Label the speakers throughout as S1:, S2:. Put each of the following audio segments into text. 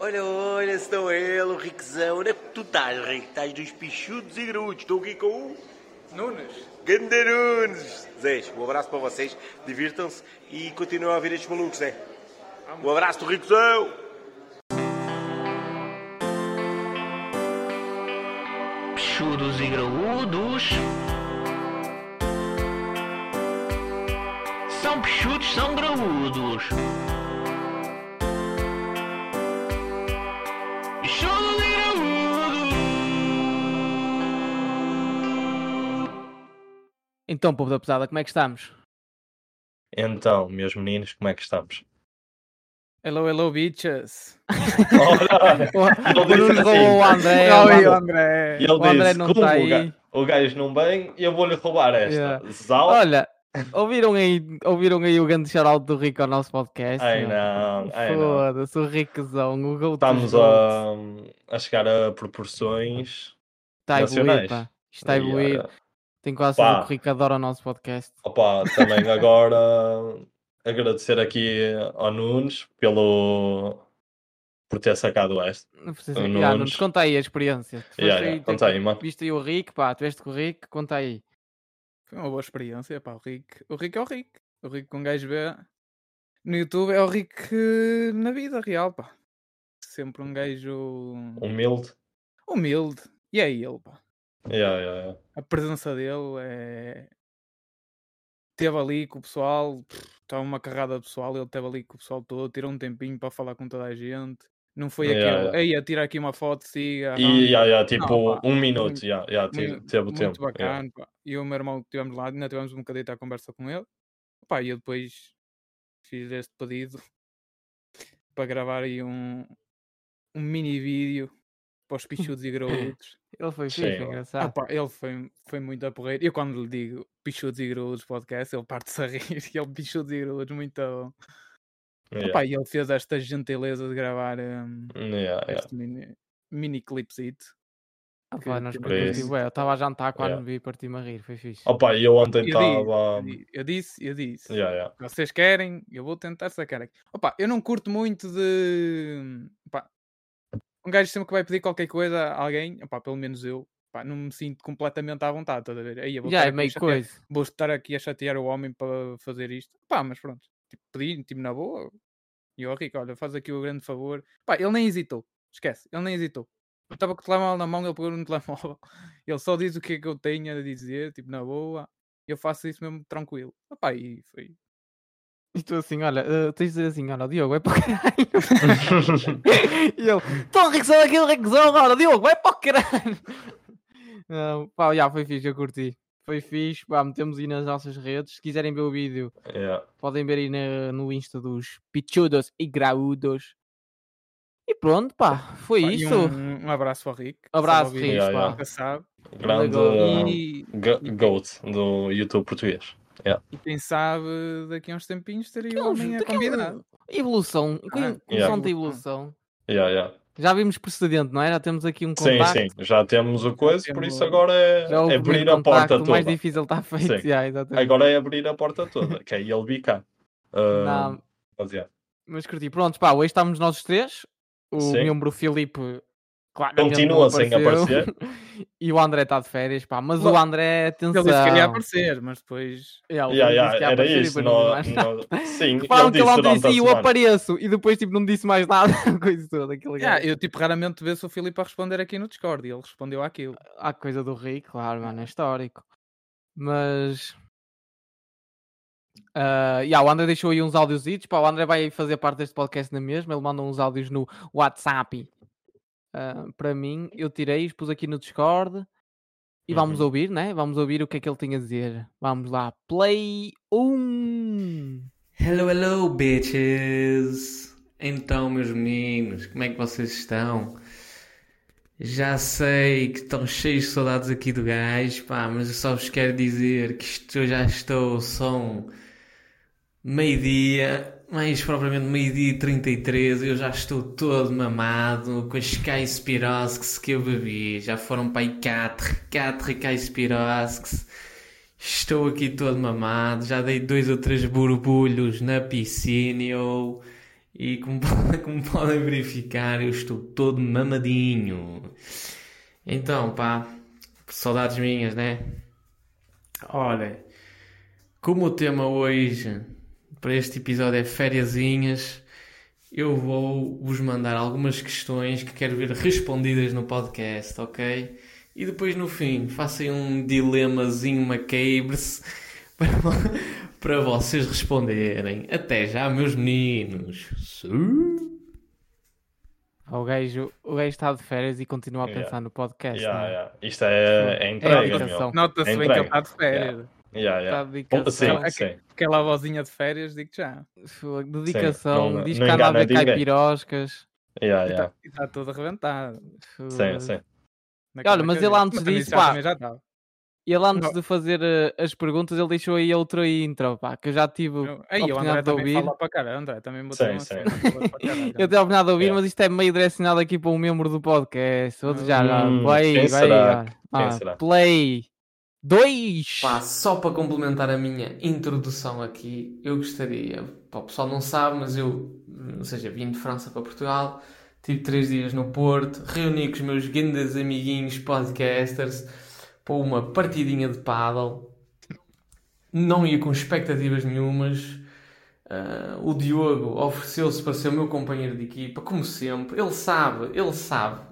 S1: Olha, olha, estou eu, Riquezão. Onde é que tu estás, Rico? Estás dos pichudos e grudos. Estou aqui com o
S2: Nunes.
S1: Gandarunes. Zés, um abraço para vocês. Divirtam-se e continuem a ouvir estes malucos, é? Um abraço do Riquezão.
S3: Chudos e graúdos. São peixudos, são graúdos. Chudos e graúdos.
S4: Então, povo da pesada, como é que estamos?
S5: Então, meus meninos, como é que estamos?
S2: Hello, hello, bitches.
S5: Ora,
S4: O o
S5: disse
S4: Bruno
S5: assim.
S4: roubou o André.
S5: Não,
S4: mano.
S5: eu-
S2: André.
S5: e ele
S4: É, o André
S5: disse,
S4: não tá
S5: como o, ga-
S4: aí."
S5: o gajo não vem, eu vou-lhe roubar esta.
S4: Yeah.
S5: Zal,
S4: Olha, ouviram aí, ouviram aí o grande shoutout do Rico ao nosso podcast?
S5: ai
S4: meu?
S5: não, ai não.
S4: Foda-se, o Riquezão, o Gold.
S5: Estamos a, a chegar a proporções
S4: Está a evoluir,
S5: nacionais.
S4: pá. Isto está a
S5: e,
S4: evoluir.
S5: ah,
S4: Tenho quase certeza
S5: pá.
S4: que o Rico adora o nosso podcast.
S5: Opa, também agora agradecer aqui ao Nunes pelo por ter sacado esta.
S4: Não precisa
S5: O
S4: ah, não
S5: Nunes.
S4: nos conta aí a experiência. Tu foste
S5: Yeah,
S4: aí,
S5: yeah,
S4: tu-
S5: conta aí, mano.
S4: Viste aí o Rico, pá, tu veste com o Rico, conta aí.
S2: Foi uma boa experiência, pá, o Rick. O Rick é o Rick. O Rick com um gajo vê no YouTube é o Rick eh, na vida real, pá. Sempre
S5: Uhum.
S2: um gajo
S5: Humilde.
S2: humilde. E é ele, pá.
S5: Yeah, yeah, yeah.
S2: A presença dele é... Teve ali com o pessoal, está uma carrada de pessoal, ele esteve ali com o pessoal todo, tirou um tempinho para falar com toda a gente. Não foi
S5: Yeah,
S2: aquele, ei, atira aqui uma foto,
S5: E
S2: siga. arranca."
S5: yeah, yeah, tipo
S2: Não, pá,
S5: um minuto, yeah, yeah, te-
S2: Muito-
S5: teve o
S2: muito
S5: tempo. é. yeah.
S2: bacana. pá. E o meu irmão que estivemos lá, ainda tivemos um bocadinho à conversa com ele. Pá, e eu depois fiz este pedido para gravar aí um, um mini vídeo para os pichudos e graúdos.
S4: Ele foi
S5: Sim,
S4: fixe, foi
S5: mano.
S2: Ah,
S4: engraçado.
S2: pá, ele foi, foi muito a porreiro. Eu quando lhe digo pichudos e graúdos podcast, ele parte-se a rir. E ele pichudos e graúdos, muito bom.
S5: Yeah,
S2: Pá, e ele fez esta gentileza de gravar hum,
S5: yeah, Ah, yeah.
S2: este mini, mini clipzito.
S4: Ah,
S2: que-
S4: pá, nós
S2: que
S4: curtimos
S5: isso.
S4: bué. eu estava a jantar quando
S5: Yeah.
S4: vi e parti-me a rir, foi fixe.
S5: Opa, e eu ontem
S2: Eu
S5: estava.
S2: disse, eu disse, eu disse.
S5: Yeah, yeah.
S2: vocês querem, eu vou tentar sacar aqui. Opa, eu não curto muito de. Opa, um gajo sempre que vai pedir qualquer coisa a alguém, opa, pelo menos eu, opa, não me sinto completamente à vontade, estás a ver? Aí eu vou,
S4: Já
S2: estar
S4: é
S2: aqui a
S4: meio
S2: chatear-
S4: coisa.
S2: vou estar aqui a chatear o homem para fazer isto. Pá, mas pronto, tipo, pedi, tipo, na boa. E o Rico, olha, faz aqui o grande favor. Pá, ele nem hesitou, esquece, ele nem hesitou. Eu estava com o telemóvel na mão, ele pegou no telemóvel. Ele só diz o que é que eu tenho a dizer, tipo, na boa. Eu faço isso mesmo tranquilo. Opá, e foi,
S4: E tu assim, olha, eh, tens de dizer assim, olha, Diogo, vai para o caralho. e ele, "Tá, tão requesão aquele requesão, olha, Diogo, vai para o caralho. Não, pá, já foi fixe, eu curti. Foi fixe, pá, metemos aí nas nossas redes. Se quiserem ver o vídeo,
S5: Yeah.
S4: podem ver aí na- no Insta dos Pichudos e Graúdos. E pronto, pá, foi
S2: Pá, e
S4: isso.
S2: Um, um abraço ao Rick.
S4: Abraço,
S2: Salve,
S4: Rick,
S5: Yeah,
S4: pá.
S5: yeah.
S2: Nunca sabe.
S5: Grande eh,
S4: gol.
S2: E,
S5: go- GOAT do YouTube português.
S2: e quem sabe daqui a uns tempinhos teria o
S4: Aqueles-
S2: homem a
S4: daquele-
S2: convidado.
S4: um Evolução,
S2: Ah,
S4: com- com
S5: yeah.
S4: som da evolução.
S5: Yeah, yeah.
S4: Já vimos precedente, não é? Já temos aqui um
S5: Sim,
S4: contacto.
S5: sim, já temos o coisa, por
S2: temos-
S5: isso agora é,
S4: Já o
S5: é
S4: primeiro
S5: abrir a porta
S4: contacto, O mais
S5: toda.
S4: difícil está feito,
S5: Sim.
S4: já, exatamente.
S5: Agora é abrir a porta toda, que é ele Ah, bica.
S4: Não,
S5: Fazia.
S4: Mas curti. Pronto, pá, hoje estamos nós três. O
S5: Sim.
S4: membro Filipe claramente
S5: Continua
S4: não
S5: sem
S4: apareceu.
S5: aparecer.
S4: E o André está de férias, pá. Mas
S2: Lo-
S4: o André,
S2: Ele
S4: atenção.
S2: disse que ia aparecer, mas depois.
S4: Yeah, o
S5: Yeah,
S4: Filipe
S5: yeah,
S4: disse que ia
S5: era
S4: aparecer e
S5: isso.
S4: depois não disse
S5: nó-
S4: mais nada.
S5: nó- sim,
S4: Reparam que ele ontem
S5: durante a
S4: disse, eu
S5: semana.
S4: apareço. E depois, tipo, não disse mais nada. coisa toda. Aquele
S2: Ah,
S4: gajo.
S2: eu tipo raramente vejo o Filipe a responder aqui no Discord e ele respondeu àquilo.
S4: Há coisa do Rui, claro, mano. É histórico. Mas... ah, yeah, o André deixou aí uns áudios, pá, o André vai fazer parte deste podcast na mesma, ele manda uns áudios no WhatsApp ah, para mim, eu tirei, expus aqui no Discord e vamos
S5: Uhum.
S4: ouvir, né? Vamos ouvir o que é que ele tem a dizer. Vamos lá, play 1.
S6: Hello, hello, bitches! Então, meus meninos, como é que vocês estão? Já sei que estão cheios de saudades aqui do gajo, pá, mas eu só vos quero dizer que isto, eu já estou, são meio-dia, mais propriamente meio-dia e 33, eu já estou todo mamado com as Kaispirosques que eu bebi. Já foram para aí 4, 4 Kaispirosques. Estou aqui todo mamado, já dei dois ou três borbulhos na piscina e eu, E como, po- como podem verificar, eu estou todo mamadinho. Então, pá, que saudades minhas, né? Olha, como o tema hoje para este episódio é fériasinhas, eu vou vos mandar algumas questões que quero ver respondidas no podcast, ok? E depois no fim, façam um dilemazinho macabre-se para, vo- para vocês responderem. Até já, meus meninos. Sim.
S4: Ah, o gajo o gajo está de férias e continua a
S5: Yeah.
S4: pensar no podcast.
S5: Yeah,
S4: não é?
S5: yeah. Isto é, é
S4: É a
S5: entrega,
S4: dedicação.
S5: meu.
S2: Nota-se bem que ele
S5: Entrega.
S2: está de férias.
S5: Yeah,
S4: Está
S5: yeah.
S4: a
S5: Bom,
S4: dedicação.
S5: Sim, sim.
S2: Aquela vozinha de férias, digo já.
S4: Fogo, Dedicação.
S5: não-
S4: diz
S5: não
S4: que anda a
S5: engana
S4: ver
S5: ninguém.
S4: caipiroscas.
S5: Yeah,
S2: E
S5: yeah.
S2: Está tá todo arrebentado.
S4: Fogo.
S5: Sim, sim.
S2: naquela
S4: Olha, mas
S2: cadeira.
S4: ele antes
S2: Mas também
S4: disso,
S2: já-
S4: pá.
S2: também já tá. estava.
S4: Ele antes
S2: Não.
S4: de fazer eh, as perguntas, ele deixou aí outra intro, pá, que eu já tive.
S2: Aí o André
S4: oportunidade de
S2: também
S4: ouvir.
S2: fala para caralho. André também botou
S5: Sim,
S2: uma
S5: sim.
S2: cena, fala para caralho.
S4: Eu tenho nada a ouvir,
S5: Yeah.
S4: mas isto é meio direcionado aqui para um membro do podcast. Outro já, já.
S5: Hum,
S4: vai aí,
S5: quem
S4: vai aí,
S5: será?
S4: olha.
S5: Quem
S4: Ah,
S5: será?
S4: Play 2!
S6: Pá, só para complementar a minha introdução aqui, eu gostaria, pá, o pessoal não sabe, mas eu, ou seja, vim de França para Portugal, tive três dias no Porto, reuni com os meus grandes amiguinhos podcasters para uma partidinha de paddle, não ia com expectativas nenhumas. Ah, o Diogo ofereceu-se para ser o meu companheiro de equipa, como sempre. Ele sabe, ele sabe.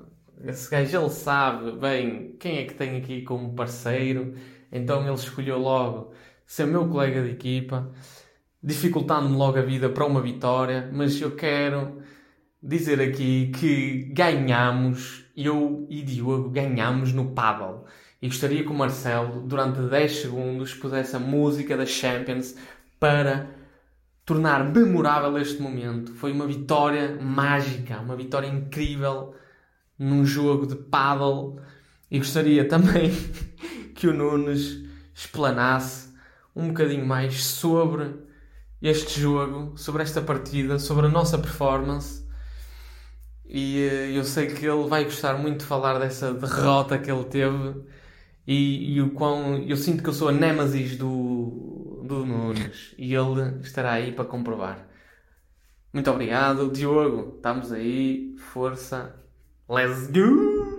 S6: Esse gajo, ele sabe bem quem é que tem aqui como parceiro. Então ele escolheu logo ser meu colega de equipa, dificultando-me logo a vida para uma vitória. Mas eu quero dizer aqui que ganhamos, eu e Diogo ganhamos no paddle. E gostaria que o Marcelo, durante 10 segundos, pusesse a música da Champions para tornar memorável este momento. Foi uma vitória mágica, uma vitória incrível num jogo de paddle. E gostaria também que o Nunes explanasse um bocadinho mais sobre este jogo, sobre esta partida, sobre a nossa performance. E eh, eu sei que ele vai gostar muito de falar dessa derrota que ele teve e, e o quão eu sinto que eu sou a Nemesis do, do Nunes e ele estará aí para comprovar. Muito obrigado, Diogo. Estamos aí, força. Let's go!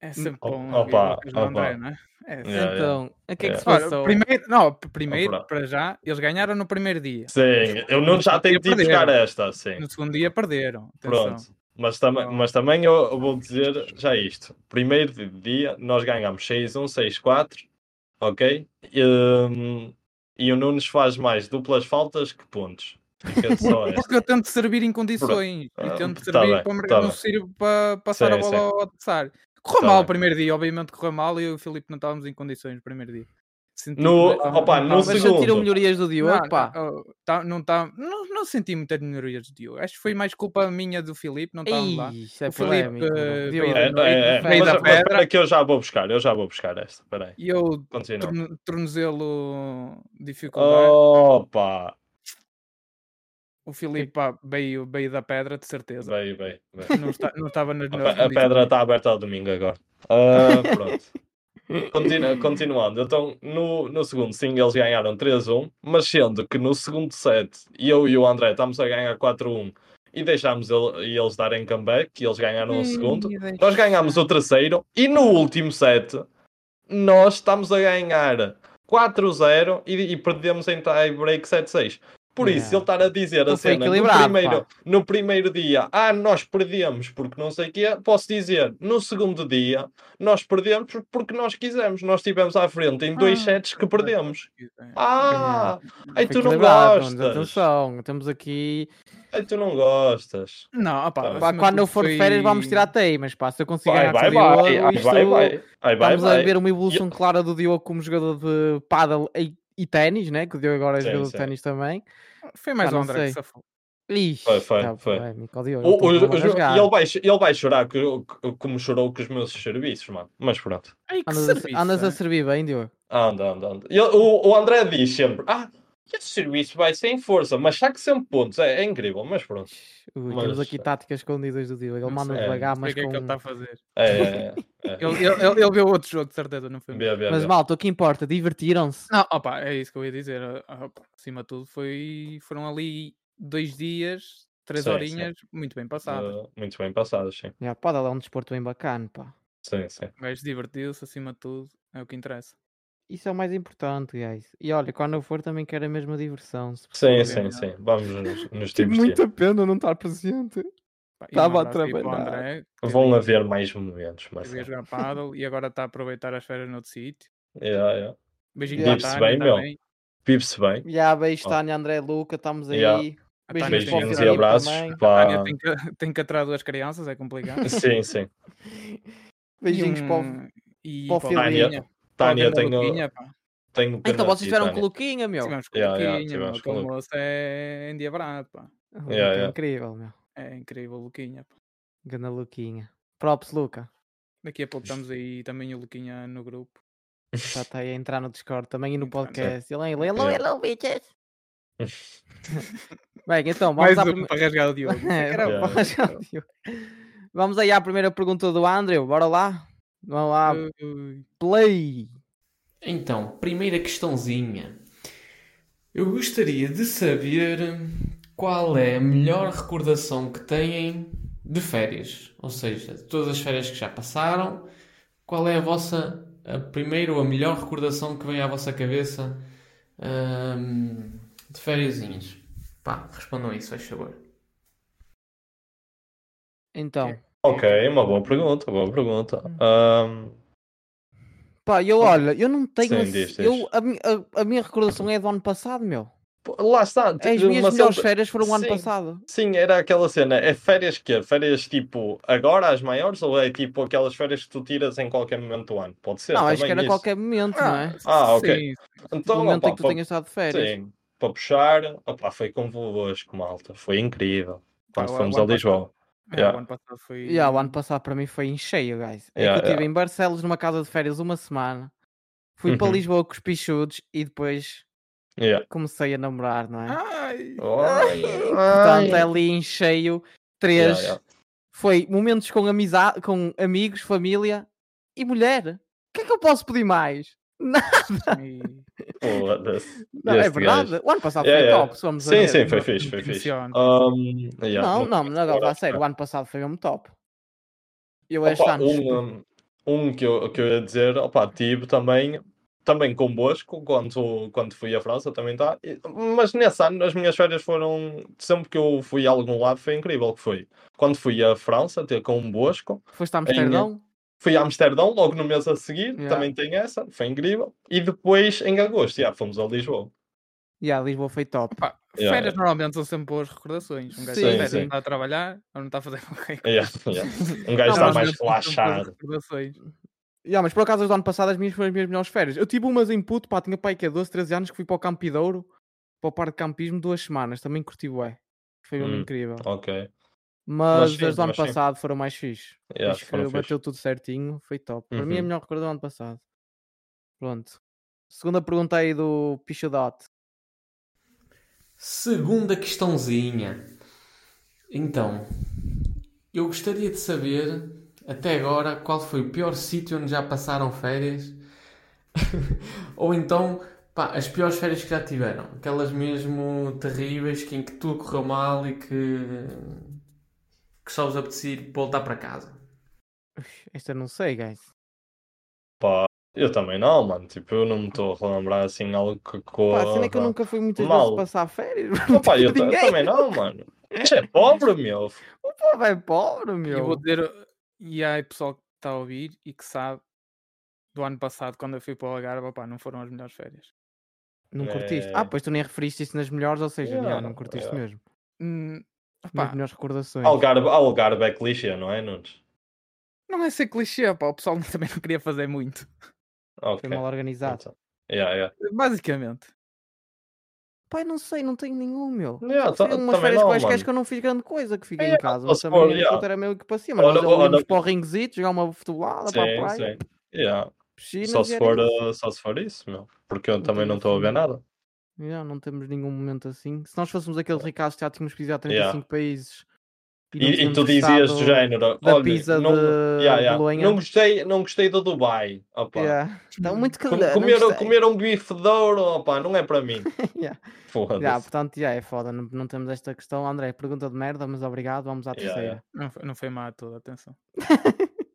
S2: É sempre
S5: Opa,
S2: bom. ouvir uma coisa do
S5: opa.
S2: André, não é? É sempre.
S5: Yeah, yeah.
S4: Então, o que é que se
S2: Ora,
S4: passou?
S2: primeiro, não, p- primeiro,
S5: Opa.
S2: para já, eles ganharam no primeiro dia.
S5: Sim, eu não já tenho de ir
S2: Perderam.
S5: buscar esta, sim.
S2: No segundo dia perderam. Atenção.
S5: Pronto. Mas, tam
S2: Não.
S5: mas também eu eu vou dizer já isto. Primeiro dia nós ganhamos 6-1, 6-4, ok? E, hum, e o Nunes faz mais duplas faltas que pontos. Fica só esta.
S2: Porque eu tento servir em condições.
S5: Ah,
S2: E tento
S5: tá
S2: servir
S5: bem,
S2: para,
S5: tá
S2: não
S5: bem.
S2: sirvo para passar
S5: Sim,
S2: a bola
S5: sim.
S2: ao adversário. Correu
S5: Tá
S2: mal
S5: bem.
S2: o primeiro dia, obviamente correu mal e eu e o Filipe não estávamos em condições no primeiro dia. Senti
S5: No-
S2: que
S5: opa,
S2: não- não
S5: no
S2: estávamos-
S4: Mas
S5: segundo.
S4: sentiram melhorias do Diogo,
S2: Não,
S4: pá.
S2: não, tá- não, tá- não, não senti muitas melhorias de Diogo. Acho que foi mais culpa minha do Filipe, não estávamos lá.
S4: Ei, isso é
S2: então O Filipe,
S4: polémico.
S2: eh,
S4: não.
S2: veio
S4: Diogo,
S5: É,
S2: da-
S5: é, é.
S2: veio
S5: Mas,
S2: da
S5: mas espera
S2: pedra.
S5: que eu já vou buscar, eu já vou buscar esta. Espera aí,
S2: E eu,
S5: continua.
S2: torno- tornozelo dificuldade.
S5: Oh, Opa!
S2: O Filipe pá, veio, veio da pedra, de certeza.
S5: Bem, bem, bem.
S2: Não, está- não estava nas
S5: A,
S2: melhores
S5: pe- a
S2: condições.
S5: pedra está aberta ao domingo agora. Ah, pronto. Continua- continuando, então no, no segundo sim eles ganharam 3-1, mas sendo que no segundo set eu e o André estamos a ganhar 4-1 e deixámos ele- e eles darem comeback e eles ganharam o segundo, nós ganhámos o terceiro e no último set nós estamos a ganhar 4-0 e, e perdemos em tie break 7-6. Por isso,
S4: Yeah.
S5: ele estar a dizer a
S4: Não foi
S5: cena no
S4: equilibrado,
S5: primeiro,
S4: pá.
S5: no primeiro dia, ah, nós perdemos porque não sei o quê, posso dizer, no segundo dia, nós perdemos porque nós quisemos. Nós estivemos à frente em dois
S2: Ah,
S5: sets que perdemos. Ah,
S4: Yeah.
S5: aí tu não
S4: equilibrado, mas
S5: gostas.
S4: Atenção, temos aqui.
S5: Aí tu não gostas.
S2: Não, opá,
S5: Tá bem.
S4: Pá,
S2: mas
S4: quando eu
S2: tu
S4: for de férias, vamos
S2: foi-
S4: tirar até aí, mas pá, se eu conseguir ganhar
S5: Vai,
S4: com
S5: vai,
S4: o Diogo,
S5: vai, aí vai,
S4: isto-
S5: vai, aí vai,
S4: Estamos a
S5: vai.
S4: ver uma evolução clara do Diogo como jogador de paddle e, e ténis, né? Que o Diogo agora é
S5: Sim,
S4: jogador
S5: sim.
S4: de ténis também.
S2: Foi mais
S4: Pá, não
S2: o André
S4: sei.
S2: que safou.
S4: Ixi,
S5: Foi, foi,
S4: tá
S5: foi.
S4: polémico, o Diogo,
S5: O-
S4: então
S5: o-
S4: vamos
S5: o-
S4: rasgar.
S5: ele, vai, ele vai chorar co- co- como chorou com os meus serviços, mano. Mas pronto.
S2: Ai, que
S4: Andas,
S2: serviço,
S4: a, andas a
S5: né?
S2: hein?
S4: servir bem, Diogo.
S5: Anda, anda, anda. Ele- o, o André diz sempre: Ah, esse serviço vai sem força, mas saca sempre pontos. É, é incrível, mas pronto.
S4: Ui, Temos
S5: Mas-
S4: aqui táticas escondidas do Diogo. Ele
S2: Não
S4: manda
S2: sei,
S4: devagar,
S2: Não sei
S4: mas
S2: o que é que ele
S4: com...
S2: está a fazer.
S5: É,
S2: Ele, ele, ele, ele viu outro jogo, de certeza, não foi? o meu.
S5: bem, bem,
S4: Mas
S5: bem.
S4: malta, o que importa? Divertiram-se.
S2: Não, opá, é isso que eu ia dizer. ah, opá, acima de tudo, foi, foram ali dois dias, três
S5: Sim, sim.
S2: horinhas, muito bem passadas.
S5: Eh, muito bem passadas, sim.
S4: Já, pá, dá lá um desporto bem bacana, pá.
S5: Sim, sim.
S2: O gajo divertiu-se acima de tudo, é o que interessa.
S4: Isso é o mais importante, guys. E olha, quando eu for também quero a mesma diversão. Se
S5: Sim,
S4: possível.
S5: sim, sim. Vamos nos, nos
S4: Tive
S5: divertir.
S4: muita pena não estar presente.
S2: Pá, e um
S4: Tava a
S2: abraço aí para o
S4: trabalhar.
S2: André, que
S5: Vão
S2: havia-
S5: haver mais momentos,
S2: que
S5: mas.
S2: havia jogar paddle e agora está a aproveitar as férias noutro sítio.
S5: Yeah, yeah.
S2: Beijinho
S4: Yeah.
S2: para a
S5: Vive-se
S2: Tânia
S5: bem, meu.
S2: também.
S5: Vive-se bem.
S4: Já, beijo,
S5: Ó.
S4: Tânia, André, Luca, estamos aí.
S5: Já.
S2: A
S4: Beijinhos
S2: Tânia tem
S4: para o
S5: Beijinhos e
S4: Frederico
S2: que- um
S5: abraços.
S4: também.
S2: a
S5: Pá.
S2: Tânia tem que, tem que atrair duas crianças, é complicado.
S5: Sim, sim.
S4: Beijinhos
S2: E
S4: para o-
S2: um- e
S4: para o
S2: para o
S4: Filipinho.
S2: Luquinha, para a
S5: Tânia,
S2: grande
S5: tenho,
S2: Luquinha, pá.
S5: tenho pena
S4: Então
S5: de
S4: vocês
S5: ti,
S4: tiveram com
S5: Tânia.
S4: o Luquinha, meu.
S2: Tivemos com
S5: Yeah, yeah,
S2: Luquinha, meu,
S5: tivemos com
S2: aquele
S5: Luca.
S2: moço é endiabrado, pá.
S4: O
S5: Yeah,
S4: Luca é
S5: yeah.
S4: Incrível, meu.
S2: É incrível o Luquinha, pá.
S4: Gana Luquinha. Props, Luca.
S2: Daqui a pouco estamos aí também o Luquinha no grupo.
S4: Já está aí a entrar no Discord também e no
S2: Entrando.
S4: podcast. Ele é ele. Hello,
S5: Yeah.
S4: hello, bitches. Bem, então, vamos
S2: Mais
S4: à
S2: um
S4: primeira.
S2: para rasgar o Diogo.
S4: É,
S5: Yeah.
S4: vamos ao Diogo. Vamos aí à primeira pergunta do Andrew. Bora lá. Vamos lá.
S2: Uh. Ui,
S4: Play.
S6: Então, primeira questãozinha. Eu gostaria de saber hum, qual é a melhor recordação que têm de férias. Ou seja, de todas as férias que já passaram, qual é a vossa a primeira ou a melhor recordação que vem à vossa cabeça hum, de fériasinhas? Pá, respondam isso, faz favor.
S4: Então,
S5: Ok, uma boa pergunta, boa pergunta. Ahm,
S4: pá, eu olha, eu não tenho.
S5: Sim,
S4: assim-
S5: diz, diz.
S4: eu, a, mi- a- a minha recordação é do ano passado, meu.
S5: pô, lá está.
S4: É As
S5: tive
S4: minhas
S5: uma
S4: melhores
S5: certa-
S4: férias foram o ano
S5: Sim.
S4: passado.
S5: Sim, era aquela cena. É férias que Férias tipo agora as maiores ou é tipo aquelas férias que tu tiras em qualquer momento do ano? Pode ser.
S4: não, acho
S5: também
S4: que era a
S5: isso.
S4: qualquer momento, não é?
S5: Ah, ok.
S2: sim,
S5: Então,
S4: No momento
S5: opa,
S4: em que tu
S5: para-
S4: tenhas estado de férias.
S5: Sim, para puxar, opa, foi convosco, malta. Foi incrível.
S2: Pá,
S5: Quando
S2: o-
S5: fomos
S2: o
S5: a
S2: ano
S5: Lisboa.
S2: É,
S5: Yeah.
S2: O ano passado foi.
S4: Yeah, o ano passado para mim foi em cheio, guys. É
S5: Yeah,
S4: que eu estive em Barcelos numa casa de férias uma semana, fui para
S5: Uhum.
S4: Lisboa com os pichudos e depois
S5: Yeah.
S4: comecei a namorar, não é?
S5: Ah,
S2: Ai,
S5: Ai,
S4: Portanto,
S5: ai.
S4: ali em cheio, três.
S5: Yeah, yeah.
S4: Foi momentos com amizade, com amigos, família e mulher. O que é que eu posso pedir mais?
S2: é e-
S5: Foda-se.
S4: Não, é
S5: Este gajo.
S4: verdade. O ano passado
S5: Yeah,
S4: foi
S5: yeah.
S4: top, se vamos a
S5: Sim,
S4: ver. é
S5: sim, foi
S2: não-
S5: fixe,
S2: não
S5: foi
S2: tem
S5: fixe.
S2: noção.
S5: Um, yeah,
S4: Não, não, não, agora
S5: agora-
S4: a sério, o ano passado foi mesmo top. Eu
S5: Opa,
S4: este ano.
S5: um, um que, eu, que eu ia dizer, opa, tive também, também convosco, quando, quando fui à França também está. Mas nesse ano as minhas férias foram. Sempre que eu fui a algum lado foi incrível que foi. Quando fui à França ter convosco,
S4: Foste a Amsterdão?
S5: fui a Amsterdão logo no mês a seguir,
S4: Yeah.
S5: também tem essa, foi incrível. E depois em agosto, yeah, fomos a Lisboa.
S4: Yeah, Lisboa foi top.
S2: Pá,
S5: Yeah,
S2: férias
S5: yeah.
S2: normalmente são sempre boas recordações. Um gajo
S4: Sim,
S2: está férias,
S5: sim.
S2: não está a trabalhar ou não está a fazer qualquer coisa.
S5: Yeah, yeah.
S4: Não,
S5: Um gajo está
S4: mas assim,
S5: mais
S2: normalmente são sempre boas
S5: relaxado.
S2: recordações.
S4: Ya, mas por acaso, as do ano passado, as minhas foram as minhas melhores férias. Eu tive umas em puto, pá, tinha pai que é 12, 13 anos, que fui para o Campidouro, para o parque de campismo, duas semanas. Também curti bué. Foi mesmo
S5: Hum.
S4: incrível.
S5: Ok.
S4: Mas,
S5: sim,
S4: as do ano
S5: mas sim.
S4: passado foram mais fixe.
S5: Yeah,
S4: Acho que
S5: foram fixe.
S4: bateu tudo certinho, foi top. Para mim, a
S5: Uhum.
S4: melhor recordo do ano passado. Pronto. Segunda pergunta aí do Pichadote.
S6: Segunda questãozinha. Então, eu gostaria de saber, até agora, qual foi o pior sítio onde já passaram férias? Ou então, pá, as piores férias que já tiveram. Aquelas mesmo terríveis que em que tudo correu mal e que, que só vos apetecia voltar para casa.
S4: Esta não sei, guys.
S5: Pá, eu também não, mano. Tipo, eu não me estou a relembrar assim algo que
S4: Pá,
S5: corra.
S4: a cena é que eu nunca fui muitas
S5: Mal.
S4: vezes passar férias.
S5: Opa, eu, ta- eu
S4: Ninguém.
S5: também não, mano. Isto é pobre, meu.
S4: O povo é pobre, meu.
S2: E vou dizer, e aí pessoal que está a ouvir e que sabe do ano passado, quando eu fui para o Algarve, opá, não foram as melhores férias.
S4: Não curtiste. Ah,
S5: É.
S4: pois tu nem referiste isso nas melhores, ou seja,
S5: Yeah,
S4: já, não curtiste
S5: yeah.
S4: mesmo.
S2: Hum,
S4: Nas
S2: opá,
S4: melhores recordações.
S5: Algarve, Algarve é clichê, não é, Nunes?
S2: não é ser clichê, opá, o pessoal também não queria fazer muito.
S5: Ok.
S4: Foi mal organizado.
S5: Então, yeah, yeah.
S2: Basicamente.
S4: Pai, não sei, não tenho nenhum, meu.
S5: Yeah,
S4: Só
S5: ta-
S4: fui umas
S5: também
S4: férias
S5: não,
S4: quaisquer
S5: mano.
S4: que eu não fiz grande coisa, que fiquei
S5: É,
S4: em casa. Mas
S5: se
S4: também
S5: for,
S4: a minha
S5: yeah.
S4: conta era meio que parecia. Mas
S5: Olha,
S4: nós ali
S5: olha-
S4: íamos para o ringzito, jogar uma futebolada para a
S5: Sim,
S4: praia,
S5: sim. Yeah.
S4: piscina.
S5: Só, se for, uh, só se for isso, meu. Porque eu
S4: Não
S5: também
S4: tenho
S5: não estou a ver
S4: assim-
S5: nada. eh,
S4: não temos nenhum momento assim. Se nós fôssemos aqueles ricaços que já tínhamos pisado 35
S5: É. Yeah.
S4: países
S5: E, e tu dizias do género,
S4: da
S5: olha,
S4: pizza
S5: não,
S4: de
S5: yeah, yeah,
S4: Bolonha.
S5: não gostei, não gostei do Dubai, opa.
S4: Yeah. Está muito
S5: Com-
S4: calor. não
S5: comer,
S4: gostei.
S5: comer um bife de ouro, opa, não é para mim.
S4: Yeah.
S5: Foda-se.
S4: Já, portanto, já é foda. Não, não temos esta questão. André, pergunta de merda, mas obrigado. Vamos à
S5: Yeah,
S4: terceira.
S5: yeah.
S2: Não foi, não foi má a toda, atenção.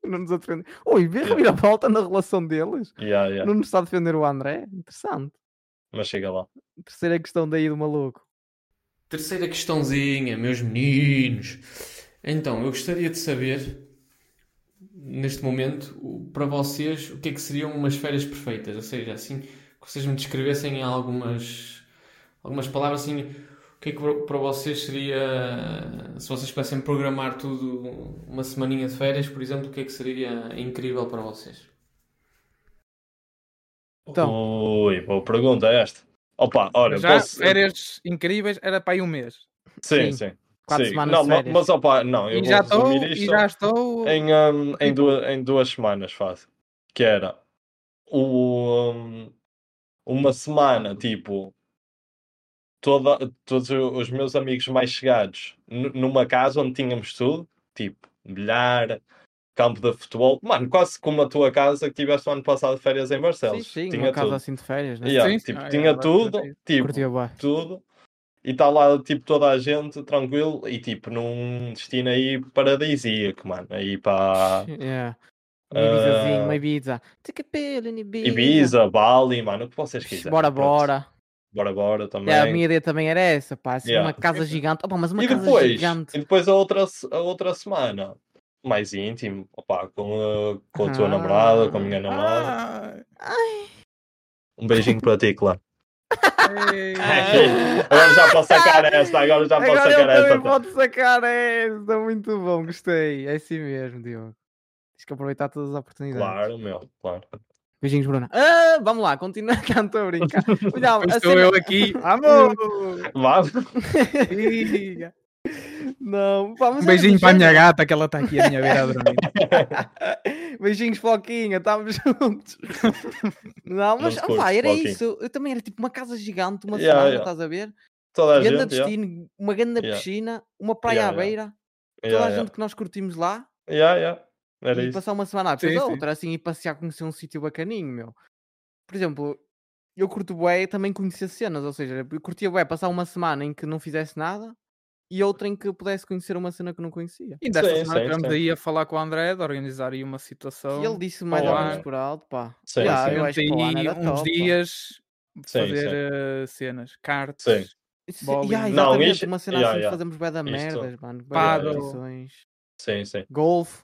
S4: Não nos a defender. Ui, vê
S5: Yeah.
S4: revira a volta na relação deles.
S5: Yeah, yeah,
S4: Não nos está a defender o André. Interessante.
S5: Mas chega lá.
S4: Terceira questão daí do maluco.
S6: Terceira questãozinha, meus meninos. Então, eu gostaria de saber, neste momento, o- para vocês, o que é que seriam umas férias perfeitas? Ou seja, assim, que vocês me descrevessem em algumas, algumas palavras, assim, o que é que para- para vocês seria, se vocês pudessem programar tudo, uma semaninha de férias, por exemplo, o que é que seria incrível para vocês?
S5: Então. Ui, boa pergunta esta. Opa, olha,
S2: Já
S5: posso...
S2: férias incríveis, era para aí um mês.
S5: Sim,
S4: sim.
S5: sim.
S4: Quatro
S5: sim.
S4: semanas
S5: não,
S4: de
S5: ma-
S4: férias.
S5: Mas opa, não, eu
S2: E
S5: vou
S2: já estou,
S5: resumir
S2: e
S5: isto
S2: já Tipo estou.
S5: em, hum, em, duas, em duas semanas, fácil. Que era o, hum, uma semana, tipo, toda, todos o- os meus amigos mais chegados nu- numa casa onde tínhamos tudo, tipo, bilhar, campo de futebol, mano, quase como a tua casa que tiveste o ano passado de férias em Barcelos.
S4: sim, sim.
S5: tinha
S4: Uma casa
S5: tudo.
S4: assim de férias, né?
S5: Yeah,
S2: Sim, sim.
S5: tipo,
S2: Ah, é,
S5: tinha
S2: agora
S5: tudo,
S2: sim.
S5: tipo,
S4: Curtia bué.
S5: tudo e está lá tipo toda a gente tranquilo e tipo num destino aí paradisíaco, mano. Aí para
S4: Yeah. Uma Ibizazinha,
S5: Ah.
S4: uma Ibiza. Take a pill in Ibiza.
S5: Ibiza, Bali, mano, o que vocês
S4: Psh,
S5: quiserem.
S4: Bora,
S5: pronto.
S4: bora.
S5: Bora, bora também.
S4: Yeah, a minha ideia também era essa, pá. Assim,
S5: Yeah.
S4: Uma casa gigante. Opa, mas uma
S5: E
S4: casa
S5: depois,
S4: gigante.
S5: e depois a outra, se- a outra semana, mais íntimo, opá, com, a- com a tua
S4: Ah.
S5: namorada, com a minha namorada.
S2: Ah,
S5: Um beijinho para ti, claro.
S2: ei.
S5: agora já posso sacar esta, agora já posso
S4: Ah. Agora
S5: sacar
S4: ele
S5: esta.
S4: também pode sacar esta. Muito bom, gostei. É assim mesmo, Diogo. Tens que aproveitar todas as oportunidades.
S5: Claro, meu, claro.
S4: Beijinhos, Bruna. Ah, vamos lá, continua tanto a brincar. Olha, a
S2: Estou
S4: cena-
S2: eu aqui. Amor!
S5: Vá,
S2: Ih,
S4: Não, pá, mas era
S2: Um beijinho
S4: do
S2: para a minha
S4: género.
S2: gata, que ela está aqui à minha beira a dormir.
S4: Beijinhos, Floquinha, estávamos juntos. Não, mas
S5: Não te
S4: ah, pá,
S5: curtes,
S4: era
S5: Floquinha.
S4: isso. Eu também era tipo uma casa gigante, uma
S5: Yeah,
S4: semana,
S5: yeah.
S4: estás a ver?
S5: toda a
S4: Grande
S5: gente. yeah,
S4: destino, uma grande
S5: Yeah.
S4: piscina, uma praia
S5: Yeah,
S4: à
S5: yeah.
S4: beira,
S5: yeah,
S4: toda a
S5: yeah.
S4: gente que nós curtimos lá
S5: Yeah, yeah. Era
S4: e
S5: isso.
S4: passar uma semana lá, depois
S2: Sim,
S4: a
S2: sim.
S4: outra, assim, e passear, conhecer um sítio bacaninho, meu. Por exemplo, eu curto bué também conhecer cenas, ou seja, eu curtia bué passar uma semana em que não fizesse nada e outra em que eu pudesse conhecer uma cena que eu não conhecia.
S2: Ainda esta
S5: Sim,
S2: semana
S5: sim,
S2: estivemos
S5: sim.
S2: aí a falar com o André de organizar aí uma situação.
S4: E ele disse mais ou
S5: Olá.
S4: menos por alto, pá.
S5: Sim,
S4: Yeah,
S5: sim.
S4: eu acho que para o ano
S2: aí
S4: era
S2: uns
S4: top, é? pá.
S2: dias
S5: Sim,
S2: fazer
S5: sim.
S2: eh, cenas, cartas,
S5: Sim.
S4: Isso-
S2: Bowling.
S4: yeah,
S5: Não,
S4: exatamente,
S5: isto-
S4: uma cena
S5: yeah,
S4: assim,
S5: yeah.
S4: fazemos bué da
S5: Isto-
S4: merdas, mano. Bué de
S2: Paddle.
S4: competições.
S5: Sim, sim.
S4: Golf.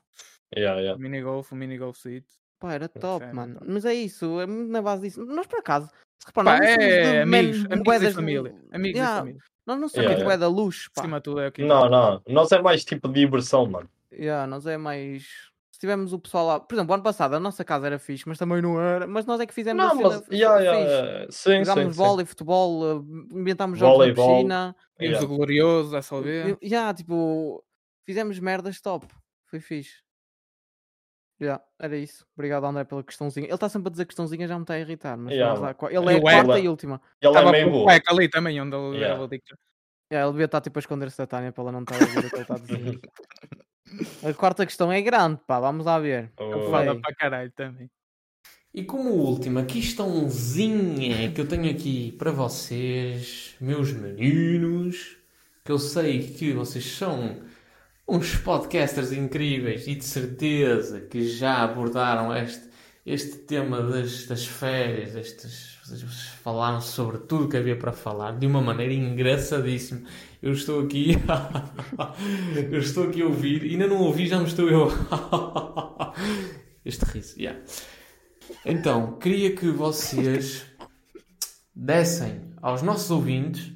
S5: Yeah, yeah.
S2: mini golf, mini golfzito.
S4: Pá, era top,
S2: era
S4: mano.
S2: top.
S4: Mas é isso, é muito na base disso. Nós, por acaso, se reparar,
S2: Pá,
S4: nós não somos de
S2: é
S4: man-
S2: amigos,
S4: de
S2: amigos e
S4: buedas-
S2: família. Amigos
S4: Yeah,
S2: e família.
S4: Nós não somos
S5: Yeah,
S4: de
S5: yeah.
S4: bué da luz, pá.
S2: Acima de tudo é o que
S4: então
S5: Não, não. Nós é mais tipo de diversão, mano.
S4: Yeah, nós é mais. Se tivermos o pessoal lá. Por exemplo, ano passado a nossa casa era fixe, mas também não era. Mas nós é que fizemos a
S5: Não,
S4: cena
S5: mas.
S4: f-
S5: Yeah,
S4: fixe.
S5: yeah. Sim, sim.
S4: Jogámos
S5: sim.
S4: vôlei, futebol, eh, inventámos jogos
S5: Voleibol,
S4: na piscina.
S2: Temos
S5: Yeah.
S2: o glorioso, é a salver.
S4: Eu- Yeah, tipo, fizemos merdas top. Foi fixe. Yeah, era isso. Obrigado, André, pela questãozinha. Ele está sempre a dizer questãozinha, já me está a irritar. Mas
S5: Yeah,
S4: vamos lá.
S5: mano.
S4: Qua- Ele é a
S2: Eu era-
S4: quarta e última.
S5: Ele é
S2: Estava
S5: meio
S2: com o
S5: burro.
S2: cueca ali também, onde ele
S5: Yeah.
S2: leva o dicto.
S4: Yeah, ele devia estar tipo a esconder-se da Tânia para ela não estar a ouvir o que ele está a dizer. a quarta questão é grande, pá. Vamos lá ver.
S5: Oh,
S4: Vai.
S2: Fala para caralho também.
S6: E como última questãozinha um que eu tenho aqui para vocês, meus meninos, que eu sei que vocês são uns podcasters incríveis e de certeza que já abordaram este, este tema das, das férias, estas, vocês falaram sobre tudo que havia para falar de uma maneira engraçadíssima. Eu estou aqui, eu estou aqui a ouvir, ainda não ouvi, já me estou eu. este riso, yeah. Então, queria que vocês dessem aos nossos ouvintes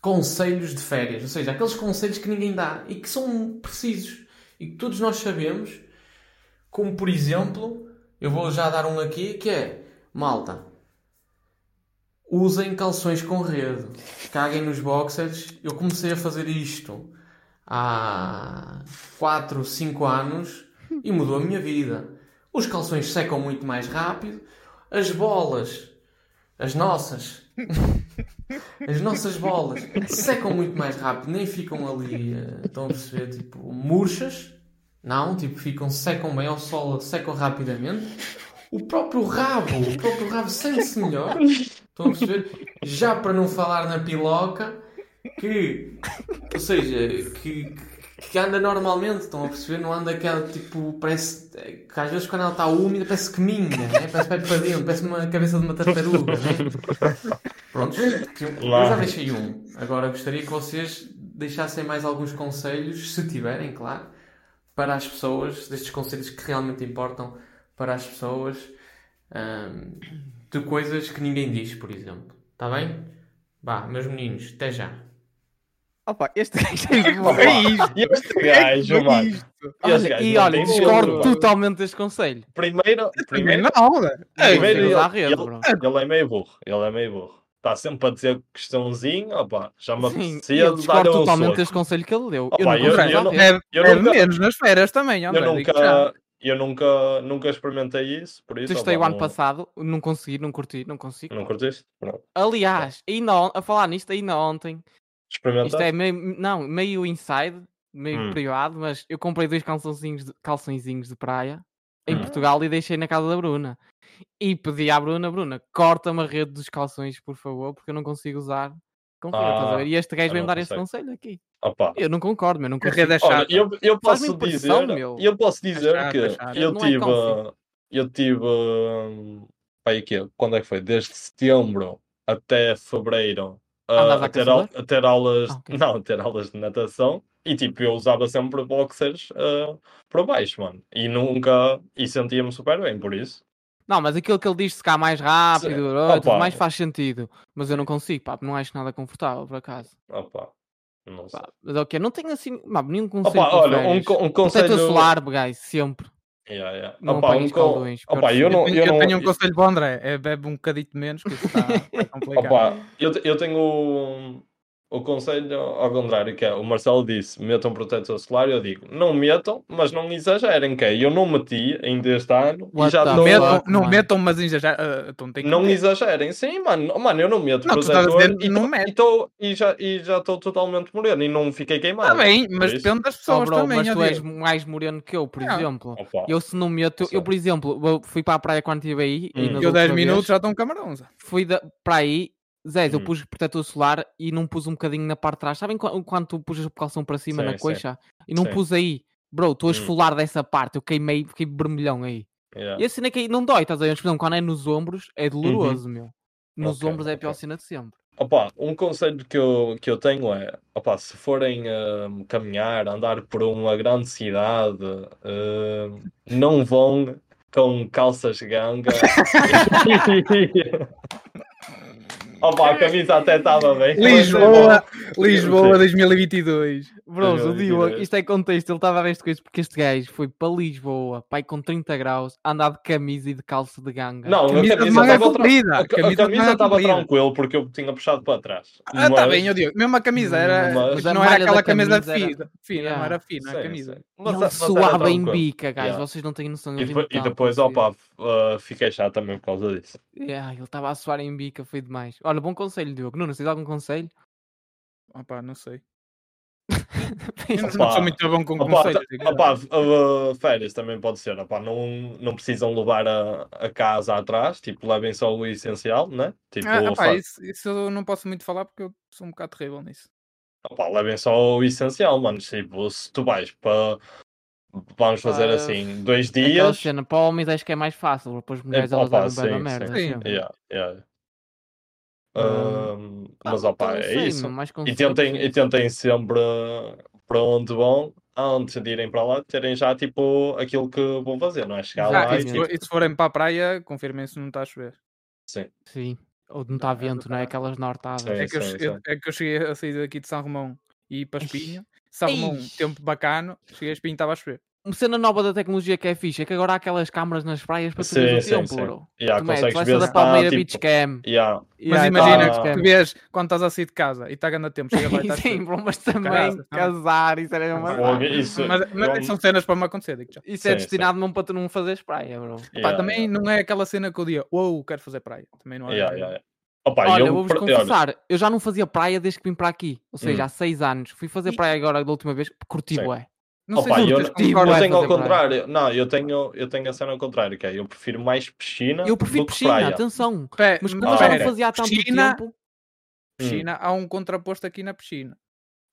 S6: conselhos de férias, ou seja, aqueles conselhos que ninguém dá e que são precisos e que todos nós sabemos, como por exemplo, eu vou já dar um aqui que é malta. Usem calções com rede, caguem nos boxers. Eu comecei a fazer isto há 4, 5 anos e mudou a minha vida. Os calções secam muito mais rápido, as bolas, as nossas, As nossas bolas secam muito mais rápido, nem ficam ali, eh, estão a perceber, tipo, murchas. Não, tipo, ficam, secam bem ao sol, secam rapidamente. O próprio rabo, o próprio rabo sente-se melhor. Estão a perceber? Já para não falar na piloca, que, ou seja, que, que anda normalmente, estão a perceber? Não anda aquela, tipo, parece, que às vezes quando ela está úmida parece que minga, né? parece que vai para dentro, parece uma cabeça de uma tartaruga, né? Pronto, eu já deixei um. Agora gostaria que vocês deixassem mais alguns conselhos, se tiverem, claro, para as pessoas, destes conselhos que realmente importam para as pessoas, ahm, de coisas que ninguém diz, por exemplo. Está bem? Vá, meus meninos, até já.
S4: Opa, este gajo é bom.
S5: E este gajo, mano. Este
S4: é Olha,
S5: gajo
S4: E
S5: não
S4: olha,
S5: tem
S4: discordo
S5: filtro, mano.
S4: totalmente deste conselho.
S5: Primeiro,
S2: Primeiro
S5: primeiro,
S2: na aula.
S5: primeiro
S4: Ei,
S5: ele,
S4: à rede,
S5: ele-
S4: bro.
S5: ele é meio burro. Ele é meio burro. Está sempre a dizer questãozinho, opá, já me
S4: Sim, e
S5: apetecia
S4: eu
S5: É de dar
S4: discordo
S5: um
S4: totalmente
S5: soco.
S4: deste conselho que ele deu.
S5: Opa,
S4: eu não
S5: eu-
S4: confesso
S5: eu
S4: à
S5: não-
S4: rede.
S2: É,
S5: Eu
S2: é
S5: nunca-
S2: menos nas férias também, André.
S5: Eu
S2: digo já.
S5: nunca, eu nunca, nunca experimentei isso, por isso.
S4: Testei o
S5: opá,
S4: ano
S5: não-
S4: passado, não consegui, não curti, não consigo.
S5: Não curtiste? Pronto.
S4: Aliás, ainda on- a falar nisto, ainda ontem, isto é
S5: Experimentaste?
S4: meio, não, meio inside, meio
S5: Hum.
S4: privado, mas eu comprei dois calçãozinhos de, calçõezinhos de praia em
S5: Hum.
S4: Portugal e deixei na casa da Bruna. E pedi à Bruna, Bruna, corta-me a rede dos calções, por favor, porque eu não consigo usar. com fio", estás a
S5: Ah,
S4: ver? E este gajo
S5: eu
S4: veio-me
S5: não
S4: dar esse
S5: consigo.
S4: conselho aqui.
S5: Opá.
S4: Eu não concordo, meu, não
S2: A
S4: consigo.
S2: rede é
S5: Olha,
S2: chata.
S5: eu, eu
S4: Faz-me
S5: posso
S4: impressão,
S5: dizer,
S4: meu.
S5: eu posso dizer
S2: chato,
S5: que
S2: é chato.
S5: eu
S4: Não é
S5: tive,
S4: consigo.
S5: eu tive, hum, aí que quando é que foi? Desde setembro até fevereiro
S4: Andavas
S5: ah,
S4: a
S5: a, ter au-
S4: caçador?
S5: a ter aulas,
S4: Ah, ok.
S5: não, a ter aulas de natação e tipo eu usava sempre boxers ah, para baixo, mano, e nunca e sentia-me super bem por isso.
S4: Não, mas aquilo que ele diz secar mais rápido,
S5: Opa.
S4: ah, tudo mais faz sentido. Mas eu não consigo, pá, não acho nada confortável, por acaso.
S5: Opa, não sei.
S4: Pá, mas ok, não tenho assim, pá, nenhum conselho.
S5: Opa,
S4: para
S5: olha, um,
S4: férias.
S5: co- um
S4: Protetor
S5: conselho.
S4: solar, guys, sempre.
S5: Yeah, yeah.
S4: Não
S5: Opa, um
S4: apanhes
S5: co-
S4: caldeões, pior
S5: Opa,
S4: que
S5: eu
S4: sim.
S5: não,
S2: tenho-
S5: eu não,
S2: tenho um conselho para o André. É bebe um bocadito menos, que isso está vai complicado.
S5: Opa, eu, te- eu tenho o, o conselho ao contrário, que é, o Marcelo disse, metam protetor solar, eu digo, não metam, mas não exagerem, que é, eu não meti ainda este ano e
S4: What
S5: já
S4: the
S5: estou a-
S2: não metam,
S4: fuck,
S2: não
S4: mano.
S2: metam, mas ainda já. ah, então tem que
S5: Não
S2: meter.
S5: exagerem, sim, mano, oh, mano, eu não meto
S2: Não, tu estás a
S5: protetor
S2: dizer,
S5: e,
S2: não
S5: tô-
S2: mete.
S5: e, tô- e já e já estou totalmente moreno e não fiquei
S2: Está
S5: queimado.
S2: Tá bem,
S5: por
S2: mas
S5: isso.
S2: depende das
S4: Oh,
S2: pessoas
S4: bro,
S2: também.
S4: mas
S2: ó
S4: tu és
S2: Diego.
S4: mais moreno que eu, por
S2: Não.
S4: exemplo.
S5: Opa,
S4: Eu se não meto, eu,
S5: Ah. Sim.
S4: por exemplo, eu fui para a praia quando estive aí e
S5: Hum.
S4: nas
S2: Eu 10
S4: última
S2: minutos
S4: vez,
S2: já um estão camarões.
S4: fui da- para aí, Zé, eu
S5: Hum.
S4: pus protetor solar e não pus um bocadinho na parte de trás. Sabem quan- quando tu puxas o calção para cima
S5: Sim,
S4: na
S5: sim.
S4: coxa? E não
S5: Sim.
S4: pus aí. Bro, estou a
S5: Hum.
S4: esfolar dessa parte, eu queimei, fiquei vermelhão aí.
S5: yeah.
S4: E a cena é que aí não dói, estás a ver? Mas, por exemplo, Quando é nos ombros, é doloroso, meu. Nos
S5: Uhum. Ok,
S4: ombros é a pior
S5: ok.
S4: cena de sempre.
S5: Opa, um conselho que eu, que eu tenho é, opa, se forem hum, caminhar, andar por uma grande cidade, hum, não vão com calças ganga. Opa, a camisa até estava bem.
S2: Lisboa, Lisboa 2022.
S4: Bros, o
S5: Olha,
S4: Diogo,
S5: olha.
S4: isto é contexto, ele estava a ver isto com isto porque este gajo foi para Lisboa, pai com 30 graus, a andar de camisa e de calça de ganga.
S5: Não, a
S2: Camisa de
S5: camisa
S2: manga
S5: estava tra- a ca-
S2: comprida.
S5: a
S2: Camisa de
S5: camisa
S2: manga
S5: estava
S2: comprida.
S5: tranquilo porque eu tinha puxado para trás.
S2: Ah, tá
S5: Mas-
S2: bem, eu digo. Mesmo a camisa era.
S5: é Hum, Mas-
S2: Mas
S4: a
S2: não era
S4: malha da
S2: aquela camisa,
S4: camisa era-
S2: fina. fina,
S4: Yeah.
S2: Não era fina
S5: Sim,
S2: a camisa.
S5: sim.
S4: Mas,
S5: Mas, tá,
S4: ele
S5: mas era
S4: suava em
S5: tranquilo.
S4: bica, gajo,
S5: Yeah.
S4: vocês não têm noção.
S5: E
S4: ele
S5: depois, e
S4: irritava-me,
S5: depois,
S4: sério.
S5: opa, f- ah, fiquei chato também por causa disso.
S4: Yeah, É, ele estava a suar em bica, foi demais. Olha, bom conselho, Diogo. Nuno, tens algum conselho?
S2: Opá, não sei. Eu
S4: Pensa-
S2: não
S5: Opa.
S2: sou muito bom com
S5: Opa,
S2: conceitos.
S5: tá-
S2: digo já.
S5: opa, f- uh, férias também pode ser. Opa, não, não precisam levar a, a casa atrás, tipo, levem só o essencial, né? Tipo,
S2: Ah, opá,
S5: fa-
S2: isso, isso eu não posso muito falar porque eu sou um bocado terrível nisso.
S5: opa, levem só o essencial, mano. Tipo, se tu vais para. Vamos fazer
S4: Para-
S5: assim, dois
S4: Aquela
S5: dias.
S4: cena, para homens acho que é mais fácil, para as mulheres elas
S5: opa,
S4: levam bem
S5: sim,
S4: da merda.
S2: sim.
S4: sempre.
S5: Yeah, yeah.
S4: Ah,
S5: Ahm,
S4: Pá,
S5: mas,
S4: então
S5: opa,
S4: não
S5: é
S4: sei,
S5: isso.
S4: meu, mais é
S5: E
S4: conselhos,
S5: tentem,
S4: não
S5: e tentem sempre para onde vão, antes de irem para lá, terem já, tipo, aquilo que vão fazer, não é? Chegar
S4: Ah,
S5: lá
S2: Ah,
S5: e
S2: e, se,
S4: Exatamente.
S5: tipo,
S2: for- e se forem para a praia, confirmem se não está a chover.
S5: sim.
S4: Sim. Ou não está
S2: é do
S4: vento, não é? Aquelas nortadas.
S5: Sim.
S2: É que, eu,
S5: sim,
S2: che-
S5: sim.
S2: é que eu cheguei a sair daqui de São Romão e ir para
S4: Ai.
S2: Espinho. São Romão, um
S4: Ai.
S2: tempo bacano. Cheguei a Espinho e estava a chover.
S4: Uma cena nova da tecnologia que é fixe é que agora há aquelas câmaras nas praias para tu
S5: Sim,
S4: ver o
S5: sim,
S4: tempo,
S5: sim.
S4: bro.
S5: Yeah,
S4: Tu metes,
S5: consegues
S4: vais
S5: ver
S4: da
S5: se tá,
S4: Palmeira
S5: tipo,
S4: Beach é Cam.
S5: yeah,
S2: Mas
S4: Yeah,
S2: imagina
S4: tá.
S2: que tu vês quando estás a sair de casa e está ganhando tempo. Chega lá e está a
S4: Sim,
S2: chover.
S4: bro, mas
S2: Caraças,
S4: também
S2: não.
S4: casar, isso era uma.
S5: tipo, tá-" Fogo, isso,
S2: Mas, mas é
S5: eu-
S2: são cenas para me acontecer, digo já.
S4: Isso é
S5: Sim,
S4: destinado mesmo para tu não fazeres praia, bro.
S2: Pá,
S5: yeah,
S2: também não é aquela cena que eu dia, uou, quero fazer praia. Também não é.
S5: yeah, yeah, yeah. Opa,
S4: Olha,
S5: eu,
S4: vou-vos
S5: per-
S4: confessar, eu já não fazia praia desde que vim para aqui. Ou seja,
S5: Hum.
S4: há seis anos. Fui fazer
S2: E-
S4: praia agora da última vez, curti,
S5: Sim.
S4: ué.
S2: Não
S5: Opa,
S2: sei se
S5: eu
S4: Não
S5: não- olha,
S2: vocês
S5: eu
S2: concordam.
S4: vai
S5: tenho ao
S4: fazer praia.
S5: contrário. Não, eu tenho, eu tenho a cena ao contrário, que é eu prefiro mais piscina.
S4: Eu prefiro
S5: do que
S4: piscina,
S5: praia.
S4: atenção.
S2: Pé-
S4: Mas como
S5: Ah.
S4: eu já não
S2: espera,
S4: fazia há tanto
S2: piscina-
S4: tempo,
S5: Hum,
S2: piscina, há um contraposto aqui na piscina.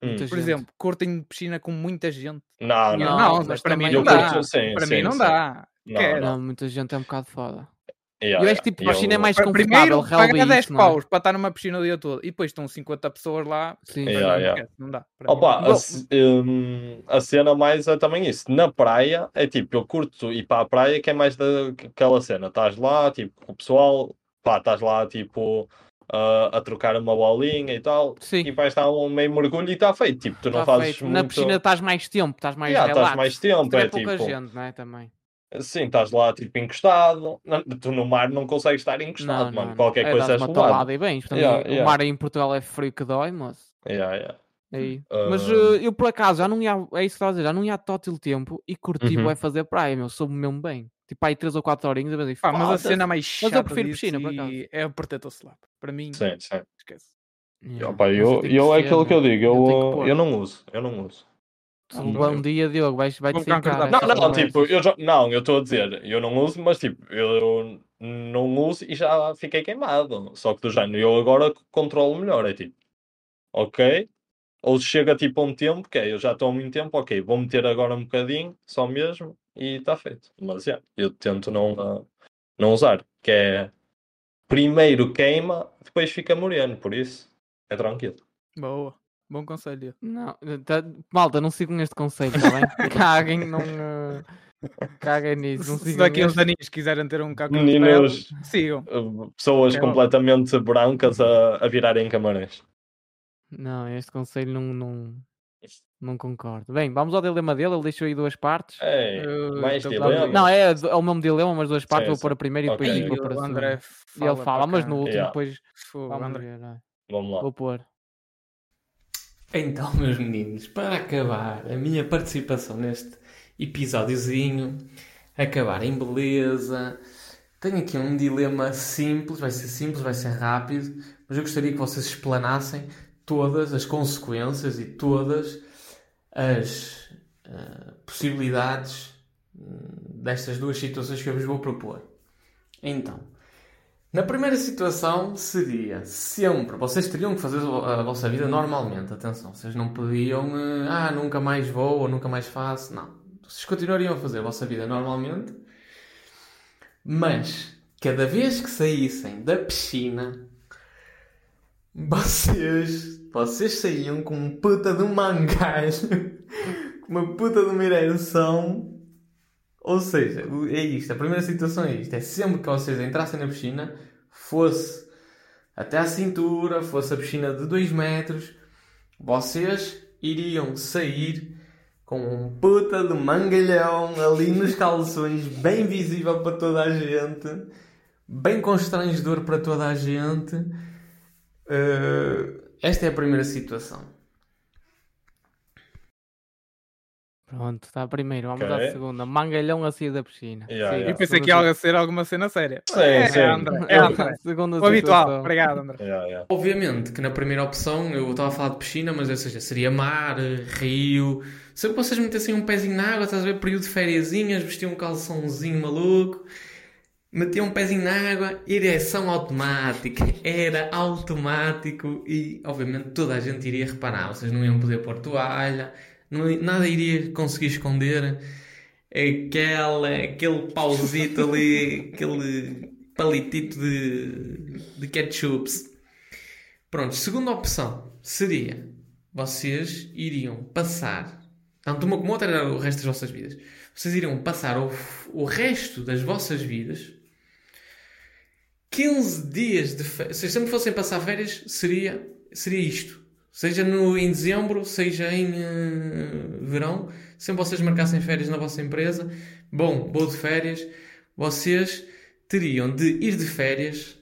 S5: hum.
S4: muita
S2: Por
S4: gente.
S2: exemplo, curtem piscina com muita gente.
S5: Não, não.
S2: Não, mas para mim
S4: também-
S5: eu
S2: não dá.
S5: curto, sim,
S2: Para
S5: sim,
S2: mim não
S5: sim.
S2: dá.
S5: Não,
S2: Quero.
S5: não.
S4: Não, muita gente é um bocado foda.
S5: Yeah,
S4: eu acho que tipo,
S5: yeah.
S4: piscina é
S5: Eu-
S4: mais
S2: Pr-
S4: confortável,
S2: Primeiro, paga
S4: relva
S2: 10
S4: isto, não é?
S2: paus para estar numa piscina o dia todo. E depois estão 50 pessoas lá.
S4: Sim.
S5: Yeah,
S2: para mim,
S5: yeah.
S2: esquece, Não dá. para
S4: é
S2: mim
S5: Opa,
S2: não
S5: a, c- hum, a cena mais é também isso. Na praia, é tipo, eu curto ir para a praia, que é mais daquela cena. Estás lá, tipo, com o pessoal, pá, estás lá, tipo, a, a trocar uma bolinha e tal.
S4: Sim.
S5: E vais dar um meio mergulho e está feito. Tipo, tu não
S4: Tá
S5: fazes
S4: feito. Na
S5: muito-
S4: piscina é estás mais tempo, estás mais
S5: Yeah, estás
S4: relax.
S5: mais tempo,
S4: Também
S5: é
S4: é pouca
S5: tipo,
S4: gente, não é? Também.
S5: sim, estás lá, tipo, encostado. Não- tu no mar não consegues estar encostado,
S4: Não,
S5: mano.
S4: não,
S5: Qualquer
S4: é,
S5: coisa
S4: dás
S5: és
S4: uma
S5: levado.
S4: talada e bens. Portanto,
S5: Yeah,
S4: O
S5: yeah.
S4: mar aí em Portugal é frio que dói, moço.
S5: Yeah, yeah.
S4: Aí.
S5: Ah.
S4: Mas eh, eu por acaso já não ia, é isso que estava a dizer, já não ia tótil tempo e curti
S5: Uhum.
S4: é fazer praia, meu, soube mesmo bem. Tipo, aí 3 ou 4 horinhas, eu pensei,
S2: Pá, mas a
S4: "Foda-se."
S2: cena mais chata
S4: eu prefiro
S2: disso
S4: piscina, por acaso.
S2: e é apertar o slap. Para mim,
S5: Sim, sim.
S2: esquece.
S4: Yeah,
S5: Opa,
S4: mas
S5: eu,
S4: tem que
S5: eu é
S4: ser,
S5: aquilo que eu
S4: meu.
S5: digo, eu, eh,
S4: tenho que
S5: eu,
S4: pôr.
S5: não uso, eu não uso.
S4: Um
S5: Sim,
S4: bom
S5: eu-
S4: dia, Diogo, vais, vai te
S2: Vamos
S4: ficar.
S2: concordar.
S5: Não,
S2: Essas
S5: não, tipo, eu já, não, eu estou a dizer, eu não uso, mas tipo, eu não uso e já fiquei queimado. Só que do género, eu agora controlo melhor, é tipo, ok? Ou se chega tipo a um tempo, que é, eu já estou há muito tempo, ok, vou meter agora um bocadinho, só mesmo, e está feito. Mas é, eu tento não, ah, não usar, que é primeiro queima, depois fica moreno, por isso é tranquilo.
S2: Boa. Bom conselho.
S4: Não, tá- malta, não sigam este conselho, está bem? Caguem, não. eh, Caguem nisso, não
S2: Se, se
S4: sigam.
S2: daqui a
S4: este.
S2: uns aninhos quiserem ter um caco de pele,
S5: Meninos,
S2: sigam.
S5: uh, pessoas
S2: É óbvio.
S5: completamente brancas a, a virarem camarões.
S4: Não, este conselho não, não, não concordo. Bem, vamos ao dilema dele, ele deixou aí duas partes.
S5: Ei,
S2: Eu-
S5: mais tipo,
S2: então,
S5: dilema.
S4: Não, é, do- é o mesmo dilema, mas duas partes,
S5: É, Sim,
S4: vou pôr a primeira e
S5: Ok,
S4: depois
S5: ok.
S4: vou pôr a
S2: o
S4: segunda.
S2: André
S4: E
S2: fala.
S4: ele fala,
S2: para
S4: mas no
S2: cá.
S4: último
S5: Yeah.
S4: depois
S2: Fogo,
S4: vamos
S2: André.
S4: ver, olha.
S5: Vamos lá.
S4: Vou pôr.
S6: Então, meus meninos, para acabar a minha participação neste episódiozinho, acabar em beleza, tenho aqui um dilema simples, vai ser simples, vai ser rápido, mas eu gostaria que vocês explanassem todas as consequências e todas as ah, possibilidades hum, destas duas situações que eu vos vou propor. Então, na primeira situação seria sempre, vocês teriam que fazer a vossa vida normalmente, atenção, vocês não podiam, eh, ah, nunca mais vou ou nunca mais faço, não. Vocês continuariam a fazer a vossa vida normalmente, mas cada vez que saíssem da piscina, vocês, vocês saíam com um puta de um mangar, com uma puta de uma ereção ou seja, o- é isto, a primeira situação é isto, é sempre que vocês entrassem na piscina, fosse até à cintura, fosse a piscina de 2 metros, vocês iriam sair com um puta de mangalhão ali nos calções, bem visível para toda a gente, bem constrangedor para toda a gente. Eh, esta é a primeira situação.
S4: Pronto, está primeiro, vamos
S5: Ok.
S4: à segunda. Mangalhão a sair da piscina.
S5: Yeah,
S4: Sim,
S5: yeah.
S2: Eu pensei
S4: segunda
S2: que ia ser alguma cena séria.
S5: Sim,
S2: é,
S5: sim.
S2: André. É,
S5: Eu-
S2: André.
S4: Segunda
S2: O habitual.
S4: situação.
S2: Obrigado, André.
S5: Yeah, yeah.
S6: Obviamente que na primeira opção eu estava a falar de piscina, mas ou seja, seria mar, eh, rio. Se vocês metessem um pezinho na água, estás a ver? Período de fériasinhas, vestiam um calçãozinho maluco, metiam um pezinho na água, ereção automática. Era automático e, obviamente, toda a gente iria reparar. Vocês não iam poder pôr toalha, não, nada iria conseguir esconder aquela, aquele pauzito ali, aquele palitito de, de ketchup. Pronto, segunda opção seria vocês iriam passar, tanto uma como outra era o resto das vossas vidas, vocês iriam passar o, o resto das vossas vidas 15 dias de férias. Se sempre fossem passar férias, seria, seria isto. Seja no, em dezembro, seja em eh, verão, sempre vocês marcassem férias na vossa empresa, bom, vou de férias, vocês teriam de ir de férias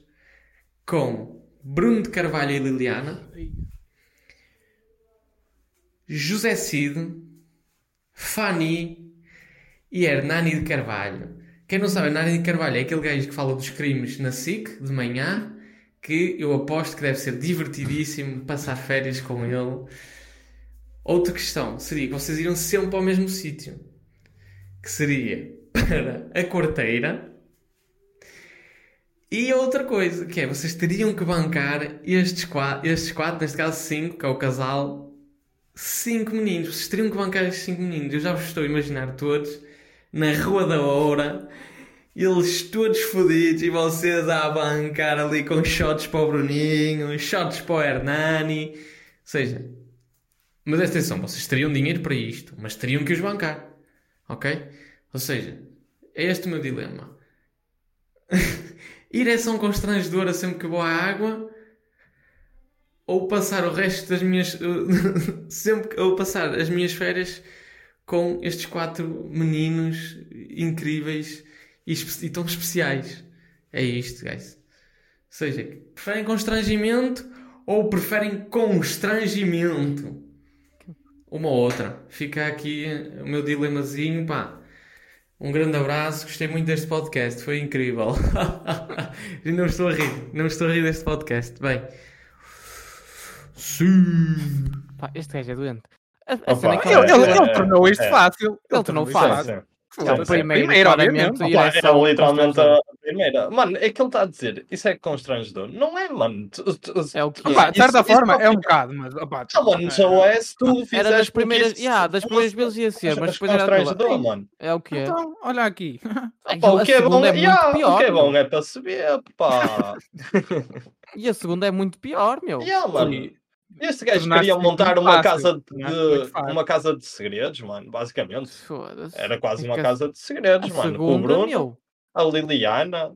S6: com Bruno de Carvalho e Liliana, José Cid, Fani e Hernani de Carvalho. Quem não sabe, Hernani de Carvalho é aquele gajo que fala dos crimes na SIC de manhã que eu aposto que deve ser divertidíssimo passar férias com ele. Outra questão seria que vocês iriam sempre ao mesmo sítio, que seria para a quarteira. E outra coisa, que é, vocês teriam que bancar estes quatro, estes quatro neste caso cinco, que é o casal, cinco meninos. Vocês teriam que bancar estes cinco meninos. Eu já vos estou a imaginar todos na Rua da Oura, eles todos fodidos e vocês a bancar ali com shots para o Bruninho, shots para o Hernani. Ou seja, mas atenção, vocês teriam dinheiro para isto, mas teriam que os bancar. Ok? Ou seja, é este o meu dilema. Ir é só um constrangedora sempre que vou à água ou passar o resto das minhas. sempre que- ou passar as minhas férias com estes quatro meninos incríveis e, espe- e tão especiais. É isto, guys. Ou seja, preferem constrangimento ou preferem constrangimento? Uma ou outra. Fica aqui o meu dilemazinho, pá. Um grande abraço, gostei muito deste podcast, foi incrível. E não estou a rir, não estou a rir deste podcast. Bem. Sim.
S4: Pá, este gajo é doente. A- a
S5: Opa,
S4: cena é que
S2: Ele, ele- ele
S5: É,
S2: tornou isto
S5: é.
S2: fácil.
S4: Ele tornou fácil.
S5: Sim, sim.
S4: É o
S5: sim.
S4: primeiro,
S2: Primeiro,
S4: claramente,
S2: obviamente.
S4: e
S5: Opa,
S4: é
S5: era
S4: só um
S5: literalmente
S4: constrangedor.
S5: a primeira. Mano, é que ele está a dizer. Isso é constrangedor. Não é, mano. Tu- tu- tu-
S4: É o que
S5: Opa,
S4: é.
S2: Pá, de certa
S5: Isso- isso
S2: forma,
S5: não-
S2: é um bocado, mas. opá,
S5: Não, mano, já é se tu fizeres.
S4: Era das
S5: porque
S4: primeiras,
S5: isso- é
S4: yeah, das primeiras vezes ia ser, mas depois era
S5: constrangedor,
S4: aquela.
S5: mano.
S4: É o que é.
S2: Então, olha aqui.
S5: Pá,
S4: A
S5: o que é bom
S4: segunda
S5: é,
S4: é muito
S5: yeah, o que é
S4: pior.
S5: bom é para saber, pá.
S4: E a segunda é muito pior, meu.
S5: yeah, mano. Este gajo
S2: Tornaste
S5: queria
S2: muito
S5: montar uma
S2: fácil,
S5: casa
S4: né?
S2: tornaste muito
S5: de
S2: fácil.
S5: uma casa de segredos, mano, basicamente.
S4: Foda-se.
S5: Era quase
S4: É
S5: uma
S4: que a-
S5: casa de
S4: a
S5: segredos, mano. Com o
S4: segunda,
S5: Bruno,
S4: meu.
S5: a Liliana,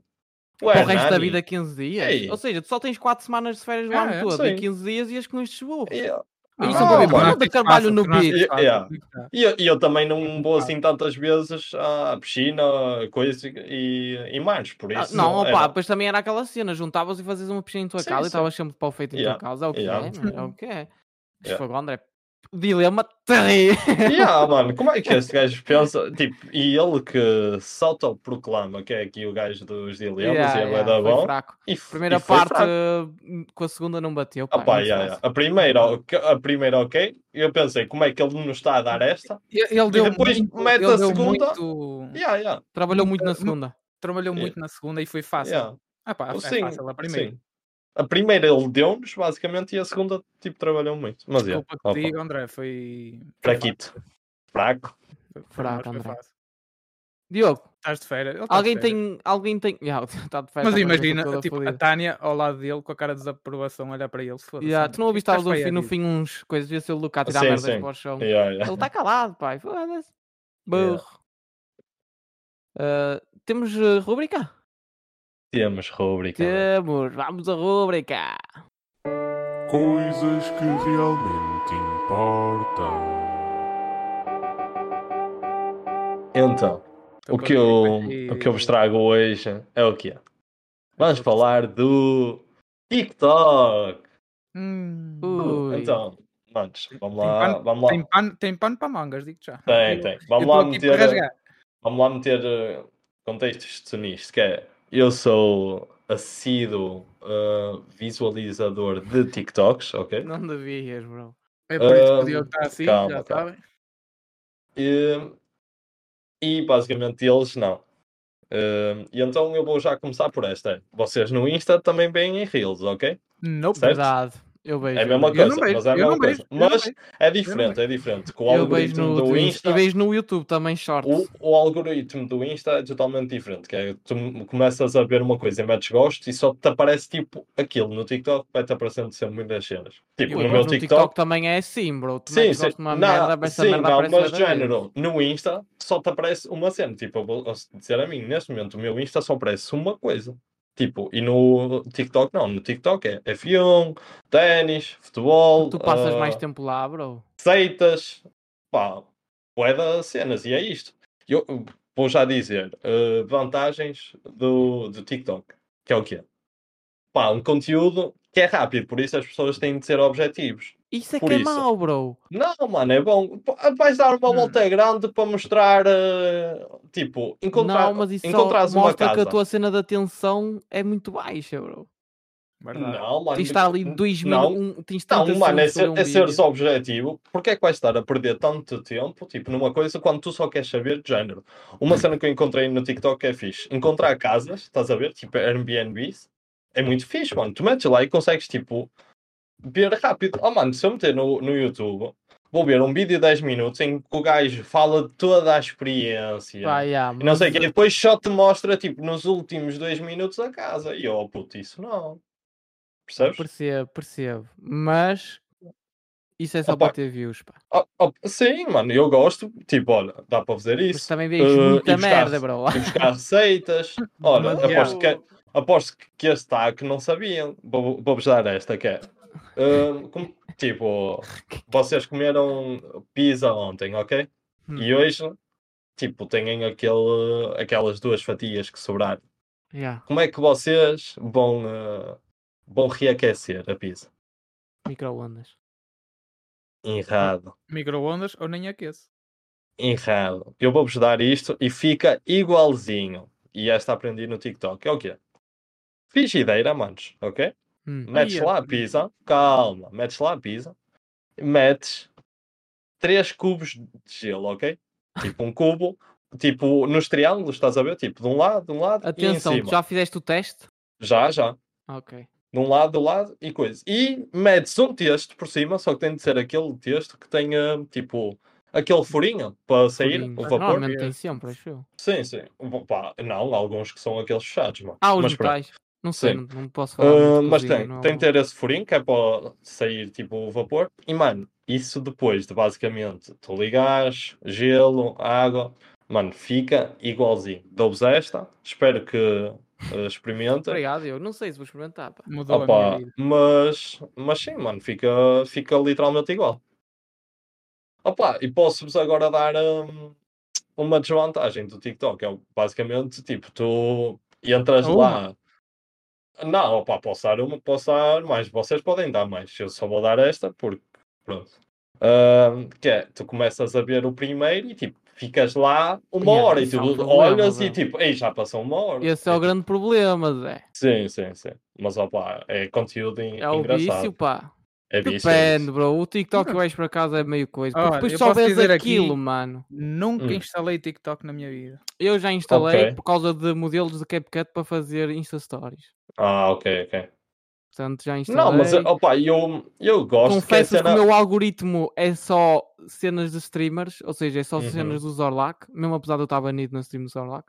S5: o
S4: Para o resto da
S5: Hernani.
S4: vida 15 dias.
S5: Ei.
S4: Ou seja, tu só tens 4 semanas de férias do
S2: Ah,
S4: ano
S2: é,
S4: todo
S5: sim.
S4: e 15 dias ias com estes burros.
S5: E-
S2: Ah,
S4: Isso
S5: é um
S2: olha,
S5: problema.
S2: tornaste isto
S4: Carvalho
S2: fácil,
S4: no
S2: tornaste
S4: beat.
S2: isto fácil.
S5: Yeah. E eu, e eu também não vou assim tantas vezes à piscina, coisa e, e mais, por
S4: Ah,
S5: isso. é
S4: não,
S5: era-
S4: opa, depois também era aquela cena, juntavas e fazias uma piscina em tua
S5: Sim,
S4: casa e
S5: sim.
S4: estavas sempre para o feito em
S5: Yeah.
S4: tua casa, é o que
S5: Yeah.
S4: é, mano, é o que é. Mas
S5: Yeah.
S4: fogo, André, dilema terrível.
S5: Yeah, mano, como é que este gajo pensa? Tipo, e ele que se autoproclama que é aqui o gajo dos dilemas
S4: Yeah,
S5: e é bué
S4: yeah,
S5: da
S4: foi
S5: bom.
S4: fraco.
S5: E, f-
S4: Primeira
S5: e foi
S4: parte
S5: fraco.
S4: eh, com a segunda não bateu, pá,
S5: Ah, pá,
S4: não se
S5: yeah,
S4: faz.
S5: yeah. A, primeira, ok- a primeira, ok. Eu pensei, como é que ele nos está a dar esta?
S2: Ele ele deu
S5: depois
S2: muito,
S5: mete
S2: ele
S5: a
S2: deu
S5: segunda.
S2: muito-
S5: Yeah, yeah,
S4: Trabalhou muito na
S2: Nunca-
S4: segunda.
S2: trabalhou muito na segunda e foi fácil.
S5: yeah.
S2: Ah, pá, é
S5: Sim,
S2: fácil a primeira.
S5: Sim. A primeira ele deu-nos, basicamente, e a segunda, tipo, trabalhou muito. Mas, yeah,
S2: Desculpa
S5: opa,
S2: que te é digo, André, foi.
S5: fraquito. Fraco.
S2: foi- foi-
S4: Fraco,
S2: foi
S4: André.
S2: fácil.
S4: Diogo,
S2: Estás de férias. ele está Tá de
S4: alguém
S2: férias.
S4: tem, alguém tem, yeah, tá de férias, tá
S2: Mas
S4: com a cabeça
S2: imagina,
S4: toda
S2: tipo, a
S4: fodida.
S2: Tânia ao lado dele com a cara de desaprovação, olhar para ele. foda-se, é
S4: Yeah,
S2: André,
S4: tu não ouviste
S2: estás
S4: estavas no
S2: feia,
S4: fim, no
S2: Tipo, diz.
S4: fim uns coisas, devia ser o Luca a tirar
S5: Sim,
S4: merdas
S5: sim.
S4: para o chão.
S5: Yeah, yeah.
S4: Ele está calado, pai. Foda-se.
S5: Yeah.
S4: Burro. Ah, temos uh, rubrica?
S5: Tá Temos rubrica.
S4: Temos. Vamos à rubrica.
S7: Coisas que realmente importam.
S5: Então,
S2: Então,
S5: o que, eu,
S2: pronto, e-
S5: o que eu vos trago hoje é o que é. Vamos falar do TikTok.
S2: Hum,
S4: Ui.
S5: Então, antes, vamos
S2: Tem
S5: lá,
S2: pano-
S5: vamos lá.
S2: Tem pano, tem pano para mangas, digo já.
S5: Tem, tem. Vamos lá meter,
S2: rasgar.
S5: vamos lá meter eh, contextos nisto, que é, eu sou assíduo eh, visualizador de TikToks, ok?
S4: Não devias, bro.
S2: É por isso que
S5: Ah,
S2: o Diogo está assim,
S5: calma,
S2: já
S5: calma.
S2: sabem.
S5: E, e basicamente eles não. Eh, e então eu vou já começar por esta. Vocês no Insta também veem em Reels, ok?
S2: Nope.
S5: Certo?
S4: Verdade. Eu vejo.
S5: É a
S4: eu
S5: mesma
S4: vejo.
S2: Eu
S5: coisa, mas é a mesma
S2: não vejo, eu não
S5: coisa.
S2: vejo, eu não
S5: Mas
S2: vejo.
S5: é diferente, é diferente. Com
S4: Eu
S5: o
S4: vejo
S5: algoritmo
S4: no
S5: do
S4: Twitch
S5: Insta,
S4: e vejo no YouTube também
S5: o,
S4: shorts.
S5: o algoritmo do Insta é totalmente diferente. Que é, tu começas a ver uma coisa e metes gosto e só te aparece tipo aquilo. No TikTok vai-te aparecendo sempre muitas cenas. Tipo,
S4: Ui,
S5: no
S4: mas
S5: meu
S4: no
S5: TikTok.
S4: também é assim, bro. Tu
S5: Sim,
S4: metes
S5: sim,
S4: gosto de uma
S5: não,
S4: merda, essa
S5: sim,
S4: merda
S5: não,
S4: aparece
S5: mas
S4: outra vez.
S5: género, no Insta só te aparece uma cena. Tipo, eu vou dizer a mim, neste momento o meu Insta só aparece uma coisa. Tipo, e no TikTok não, no TikTok é F1, ténis, futebol.
S4: Tu passas
S5: ah,
S4: mais tempo lá, bro.
S5: seitas, pá, boeda cenas, e é isto. Eu eu vou já dizer eh, vantagens do, do TikTok, que é o quê? Pá, um conteúdo que é rápido, por isso as pessoas têm de ser objetivos.
S4: Isso é
S5: por
S4: que é
S5: isso.
S4: mau, bro.
S5: Não, mano, é bom. Pá, Vais dar uma
S2: Hum.
S5: volta grande para mostrar, eh, tipo, encontrar,
S4: não, mas isso só
S5: encontrares uma
S4: mostra que
S5: casa.
S4: a tua cena de atenção é muito baixa, bro.
S2: Verdade.
S5: Não,
S4: Tens
S5: mano.
S4: de estar ali 2
S5: Não.
S4: minutos. um, Tens de
S5: Não,
S4: 30
S5: mano, é
S4: segundos sobre
S5: ser,
S4: um
S5: é
S4: vídeo.
S5: seres objetivo. Porquê é que vais estar a perder tanto tempo, tipo, numa coisa quando tu só queres saber de género? Uma cena que eu encontrei no TikTok que é fixe. Encontrar casas, estás a ver? Tipo, Airbnbs. É muito fixe, mano. Tu metes lá e consegues, tipo, ver rápido. Oh, mano, se eu meter no, no YouTube, vou ver um vídeo de 10 minutos em que o gajo fala de toda a experiência.
S4: Pá, yeah,
S5: E não sei o é
S4: mas-
S5: quê. E depois só te mostra, tipo, nos últimos dois minutos a casa. E eu, oh, puto, isso não. Percebes?
S4: Percebo, percebo. Mas isso é só
S5: Opa.
S4: para ter views, pá.
S5: Oh, oh, sim, mano, eu gosto. Tipo, olha, dá para fazer
S4: Mas
S5: isso.
S4: também vejo
S5: eh, e
S4: muita
S5: buscar-
S4: merda, bro.
S5: E buscar receitas. Olha,
S4: Mas-
S5: aposto, que, é- aposto que este está que não sabiam. Vou- Vou-vos dar esta que é. hum, como- tipo, vocês comeram pizza ontem, ok?
S4: Hum.
S5: E hoje, tipo, têm aquele, aquelas duas fatias que sobraram.
S4: Yeah,
S5: Como é que vocês vão, eh, vão reaquecer a pizza?
S4: micro-ondas.
S5: Errado.
S2: Microondas ou nem aquece.
S5: Errado. Eu vou-vos dar isto e fica igualzinho. E esta aprendi no TikTok. É o quê? Frigideira, manos, ok?
S4: Hum.
S5: Metes
S2: Ia.
S5: lá a pizza. Calma. Metes lá a pizza. Metes 3 cubos de gelo, ok? Tipo um cubo. Tipo nos triângulos, estás a ver? Tipo de um lado, de um lado e em
S4: Atenção, tu
S5: cima.
S4: já fizeste o teste?
S5: Já, já.
S4: Ok.
S5: De um lado, do lado e coisa. E metes um texto por cima, só que tem de ser aquele texto que tenha, tipo, aquele furinho para sair
S4: Pudim.
S5: o
S4: Mas
S5: vapor.
S4: Normalmente tem sempre, acho eu.
S5: Sim, sim. Bom, pá, não, alguns que são aqueles fechados, mano.
S4: Ah, os
S5: mas pronto.
S4: metais. Não sei,
S5: Sim.
S4: não, não posso falar.
S5: Ah,
S4: muito de
S5: mas
S4: cozinha,
S5: tem,
S4: não-
S5: tem que ter esse furinho que é para sair tipo o vapor. E mano, isso depois de basicamente tu ligares, gelo, água, mano, fica igualzinho. Dou-vos esta, espero que eh, experimentem.
S4: Obrigado, eu não sei se vou experimentar, pá.
S2: Mudou a
S5: Opa,
S2: minha vida.
S5: mas, mas sim, mano, fica, fica literalmente igual. Opa, e posso-vos agora dar hum, uma desvantagem do TikTok. É basicamente tipo, tu entras
S2: Uma?
S5: lá. Não, opa, posso dar uma, posso dar mais. Vocês podem dar mais. Eu só vou dar esta porque, pronto. Hum, que é, tu começas a ver o primeiro e tipo, ficas lá uma
S4: Yeah,
S5: hora e
S4: isso
S5: tu
S4: é um problema,
S5: olhas e
S4: meu.
S5: tipo, ei, já passou uma hora.
S4: Esse é
S5: E,
S4: o
S5: tipo,
S4: grande problema, Zé.
S5: Sim, sim, sim. Mas opa, é conteúdo en-
S4: É o
S5: engraçado.
S4: vício, pá.
S5: É vício. é
S4: Depende, bro. O TikTok que vais para casa é meio coisa.
S2: Hum. Olha,
S4: Porque depois
S2: eu
S4: só
S2: posso
S4: vês
S2: dizer aqui-
S4: aquilo, mano.
S2: Nunca
S5: Hum.
S2: instalei TikTok na minha vida.
S4: Eu já instalei
S5: Ok.
S4: por causa de modelos de CapCut para fazer Insta Stories.
S5: Ah, ok, ok.
S4: Portanto, já instalei.
S5: Não, mas opa, eu, eu gosto que a
S4: é Confesso que
S5: cena.
S4: o meu algoritmo é só cenas de streamers, ou seja, é só
S5: Uhum.
S4: cenas do Zorlac, mesmo apesar de eu estar banido no stream do Zorlac.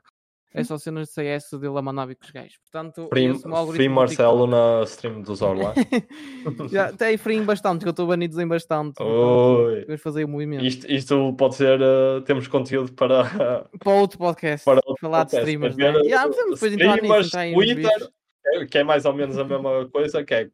S4: É só cenas de CS dele a mandar vir com os gajos. Portanto,
S5: Free,
S4: esse é o meu
S5: free
S4: algoritmo do
S5: Marcelo na stream dos Orlá.
S4: TikTok. Já, até aí free em bastante, que eu estou banido em bastante. portanto,
S5: Oi.
S4: Depois fazer o movimento.
S5: Oh. Isto, isto pode ser. eh, temos conteúdo para.
S4: Para outro podcast.
S5: Para outro
S4: falar
S5: podcast,
S4: de streamers.
S5: para ver,
S4: Né?
S5: eh,
S4: Yeah, podemos depois entrar nisso,
S5: streamers,
S4: entrar aí nos
S5: Twitter,
S4: bichos.
S5: eh, que é mais ou menos a mesma coisa, que é.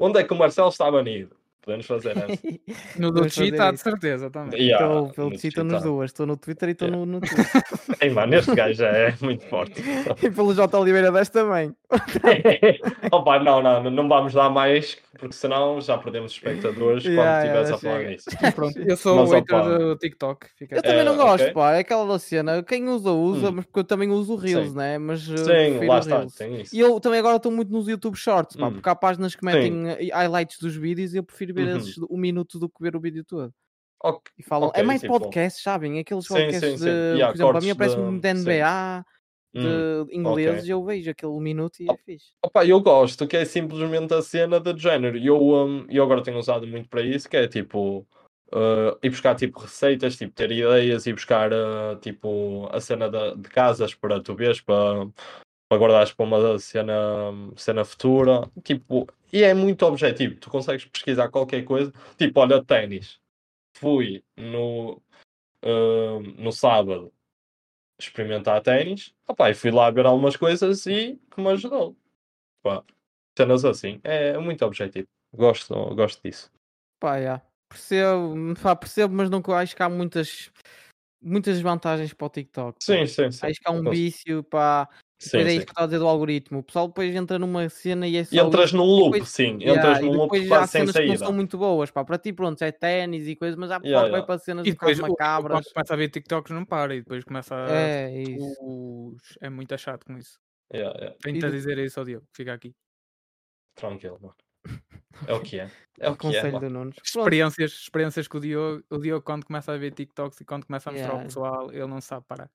S5: Onde é que o Marcelo está banido? Podemos fazer essa.
S2: No do
S4: Vamos
S2: Chi
S4: fazer
S2: está de
S4: isso.
S2: certeza também.
S5: Yeah,
S4: Estou pelo
S5: no
S4: Twitter
S5: Twitter.
S4: nos duas. Estou no Twitter e estou
S5: Yeah.
S4: no, no Twitter.
S5: Ei, mano, este gajo já é muito forte.
S4: e pelo J. Oliveira 10 também.
S5: Opa, não, não, não vamos dar mais, porque senão já perdemos espectadores
S4: Yeah,
S5: quando estivesse
S4: yeah,
S5: a falar
S4: chega.
S5: nisso.
S2: Pronto, eu sou
S5: Mas,
S2: o hater
S5: opa.
S2: do TikTok. Fica
S4: Eu também
S5: É,
S4: não gosto,
S5: ok.
S4: pá. É aquela da cena. Quem usa, usa,
S5: Hum.
S4: mas porque eu também uso o Reels,
S5: Sim.
S4: né? Mas uh,
S5: Sim,
S4: prefiro
S5: lá
S4: o
S5: está,
S4: Reels.
S5: tem isso.
S4: E eu também agora estou muito nos YouTube Shorts, pá,
S5: Hum.
S4: porque há páginas que metem uh, highlights dos vídeos e eu prefiro ver
S5: Uhum.
S4: esses um minuto do que ver o vídeo todo.
S5: Ok,
S4: E falam,
S5: Ok,
S4: é mais
S5: tipo-
S4: podcasts, sabem? Aqueles
S5: Sim,
S4: podcasts
S5: sim, sim.
S4: de,
S5: Yeah,
S4: por exemplo, a
S5: cortes
S4: minha parece-me
S5: de-
S4: de
S5: sim.
S4: NBA,
S5: hum.
S4: de ingleses, e eu vejo aquele minuto e é fixe.
S5: Opa, eu gosto, que é simplesmente a cena de género. E Eu, hum, eu agora tenho usado muito para isso, que é tipo eh, ir buscar tipo receitas, tipo ter ideias e buscar eh, tipo a cena da- de, casas para tu veres, para, para guardares para uma cena, hum, cena futura. Tipo, e é muito objetivo, tu consegues pesquisar qualquer coisa. Tipo, olha, ténis. Fui no, eh, no sábado experimentar ténis, opá, e fui lá ver algumas coisas e que me ajudou pá, cenas assim. É muito objetivo. Gosto, gosto disso.
S4: Pá, yeah. percebo, pá, percebo, mas não co- acho que há muitas, muitas vantagens para o TikTok. pá.
S5: Sim, sim, sim.
S4: Acho que há um
S5: Cons-
S4: vício, pá.
S5: Sim,
S4: Depois é
S5: sim.
S4: isso que eu estava a dizer do algoritmo. O pessoal depois entra numa cena e é só.
S5: E entras
S4: isso.
S5: num loop,
S4: depois-
S5: sim.
S4: Yeah,
S5: Entras
S4: e
S5: num loop
S4: depois há
S5: quase sem
S4: cenas que não
S5: saída.
S4: são muito boas, pá. Para ti, pronto, é ténis e coisas, mas há pessoal
S5: Yeah,
S4: que vai
S5: yeah.
S4: para cenas
S2: E
S4: um bocado
S2: depois o-
S4: macabras.
S2: quando começa a ver TikToks não para e depois começa a.
S4: É, isso.
S2: Os- É muito chato com isso.
S5: Yeah, yeah.
S2: Tenho
S4: E
S2: de
S4: de-
S2: dizer isso ao Diogo, fica aqui.
S5: Tranquilo, mano. É o que é. É
S4: o
S5: o que é,
S4: conselho
S5: mano.
S4: do Nunes. Pronto.
S2: Experiências, experiências que o Diogo, o Diogo quando começa a ver TikToks e quando começa a mostrar ao
S4: Yeah.
S2: pessoal, ele não sabe parar.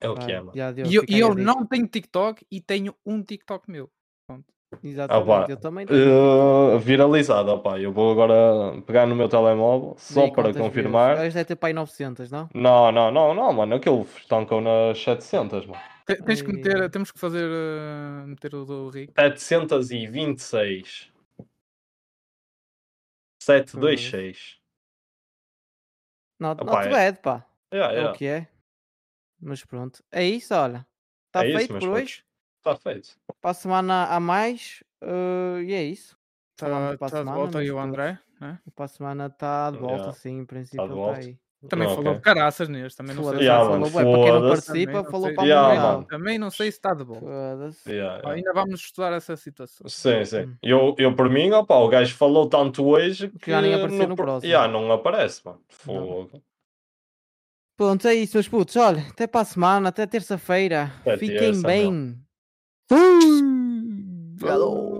S5: É o que é,
S4: Vai,
S5: mano.
S4: já deu,
S2: E eu,
S4: fica
S2: e
S4: aí a
S2: eu
S4: dica.
S2: não tenho TikTok e tenho um TikTok meu.
S4: Exatamente,
S5: vá.
S4: eu também não.
S5: Uh, viralizado, opá. Eu vou agora pegar no meu telemóvel só
S4: Vê
S5: para
S4: quantas views.
S5: confirmar.
S4: Hoje deve ter para aí 900, não?
S5: Não, não, não, não, mano. Aquilo estancou nas 700, mano.
S2: Te- Tens que
S4: Ai.
S2: meter, temos que fazer eh, meter o do Rico.
S5: 726. 726.
S4: Not,
S5: Opa,
S4: not
S5: é-
S4: bad, pá.
S5: Yeah,
S4: É o
S5: yeah.
S4: que é. Mas pronto. É isso, olha. Está
S5: É isso,
S4: feito
S5: meus
S4: por
S5: putos.
S4: hoje.
S5: Está Tá feito.
S4: Para a semana há mais. eh, e é isso. Falamos
S2: Está
S4: para a
S2: tá de
S4: semana,
S2: volta aí o
S4: meus putos.
S2: André. né?
S4: Para a semana está de volta,
S5: Yeah.
S4: sim, em princípio. Está
S5: Tá volta.
S4: aí.
S2: Também
S5: Ah,
S2: falou
S5: ok.
S2: de caraças neste. Também não sei
S4: Foda-se,
S2: se
S5: Yeah,
S2: tá de
S5: mano,
S4: falou, bué, para quem não
S5: foda-se.
S2: volta,
S4: participa,
S2: também
S4: falou
S2: não
S4: para o
S2: sei- tá
S5: Yeah,
S4: Mundial.
S5: mano.
S2: Também não sei se está de volta.
S4: Foda-se.
S5: Yeah, yeah.
S2: Ainda vamos estudar essa situação.
S5: Sim, sim.
S4: Hum.
S5: Eu, eu por mim, opa, o gajo falou tanto hoje que,
S4: já nem apareceu no
S5: pro-
S4: próximo.
S5: Já não aparece, mano.
S4: Não.
S5: Fogo.
S4: Pronto, é isso, meus putos. Olha, até para a semana, até terça-feira.
S5: Até
S4: Fiquem
S5: terça, meu.
S4: bem. Fui. Falou.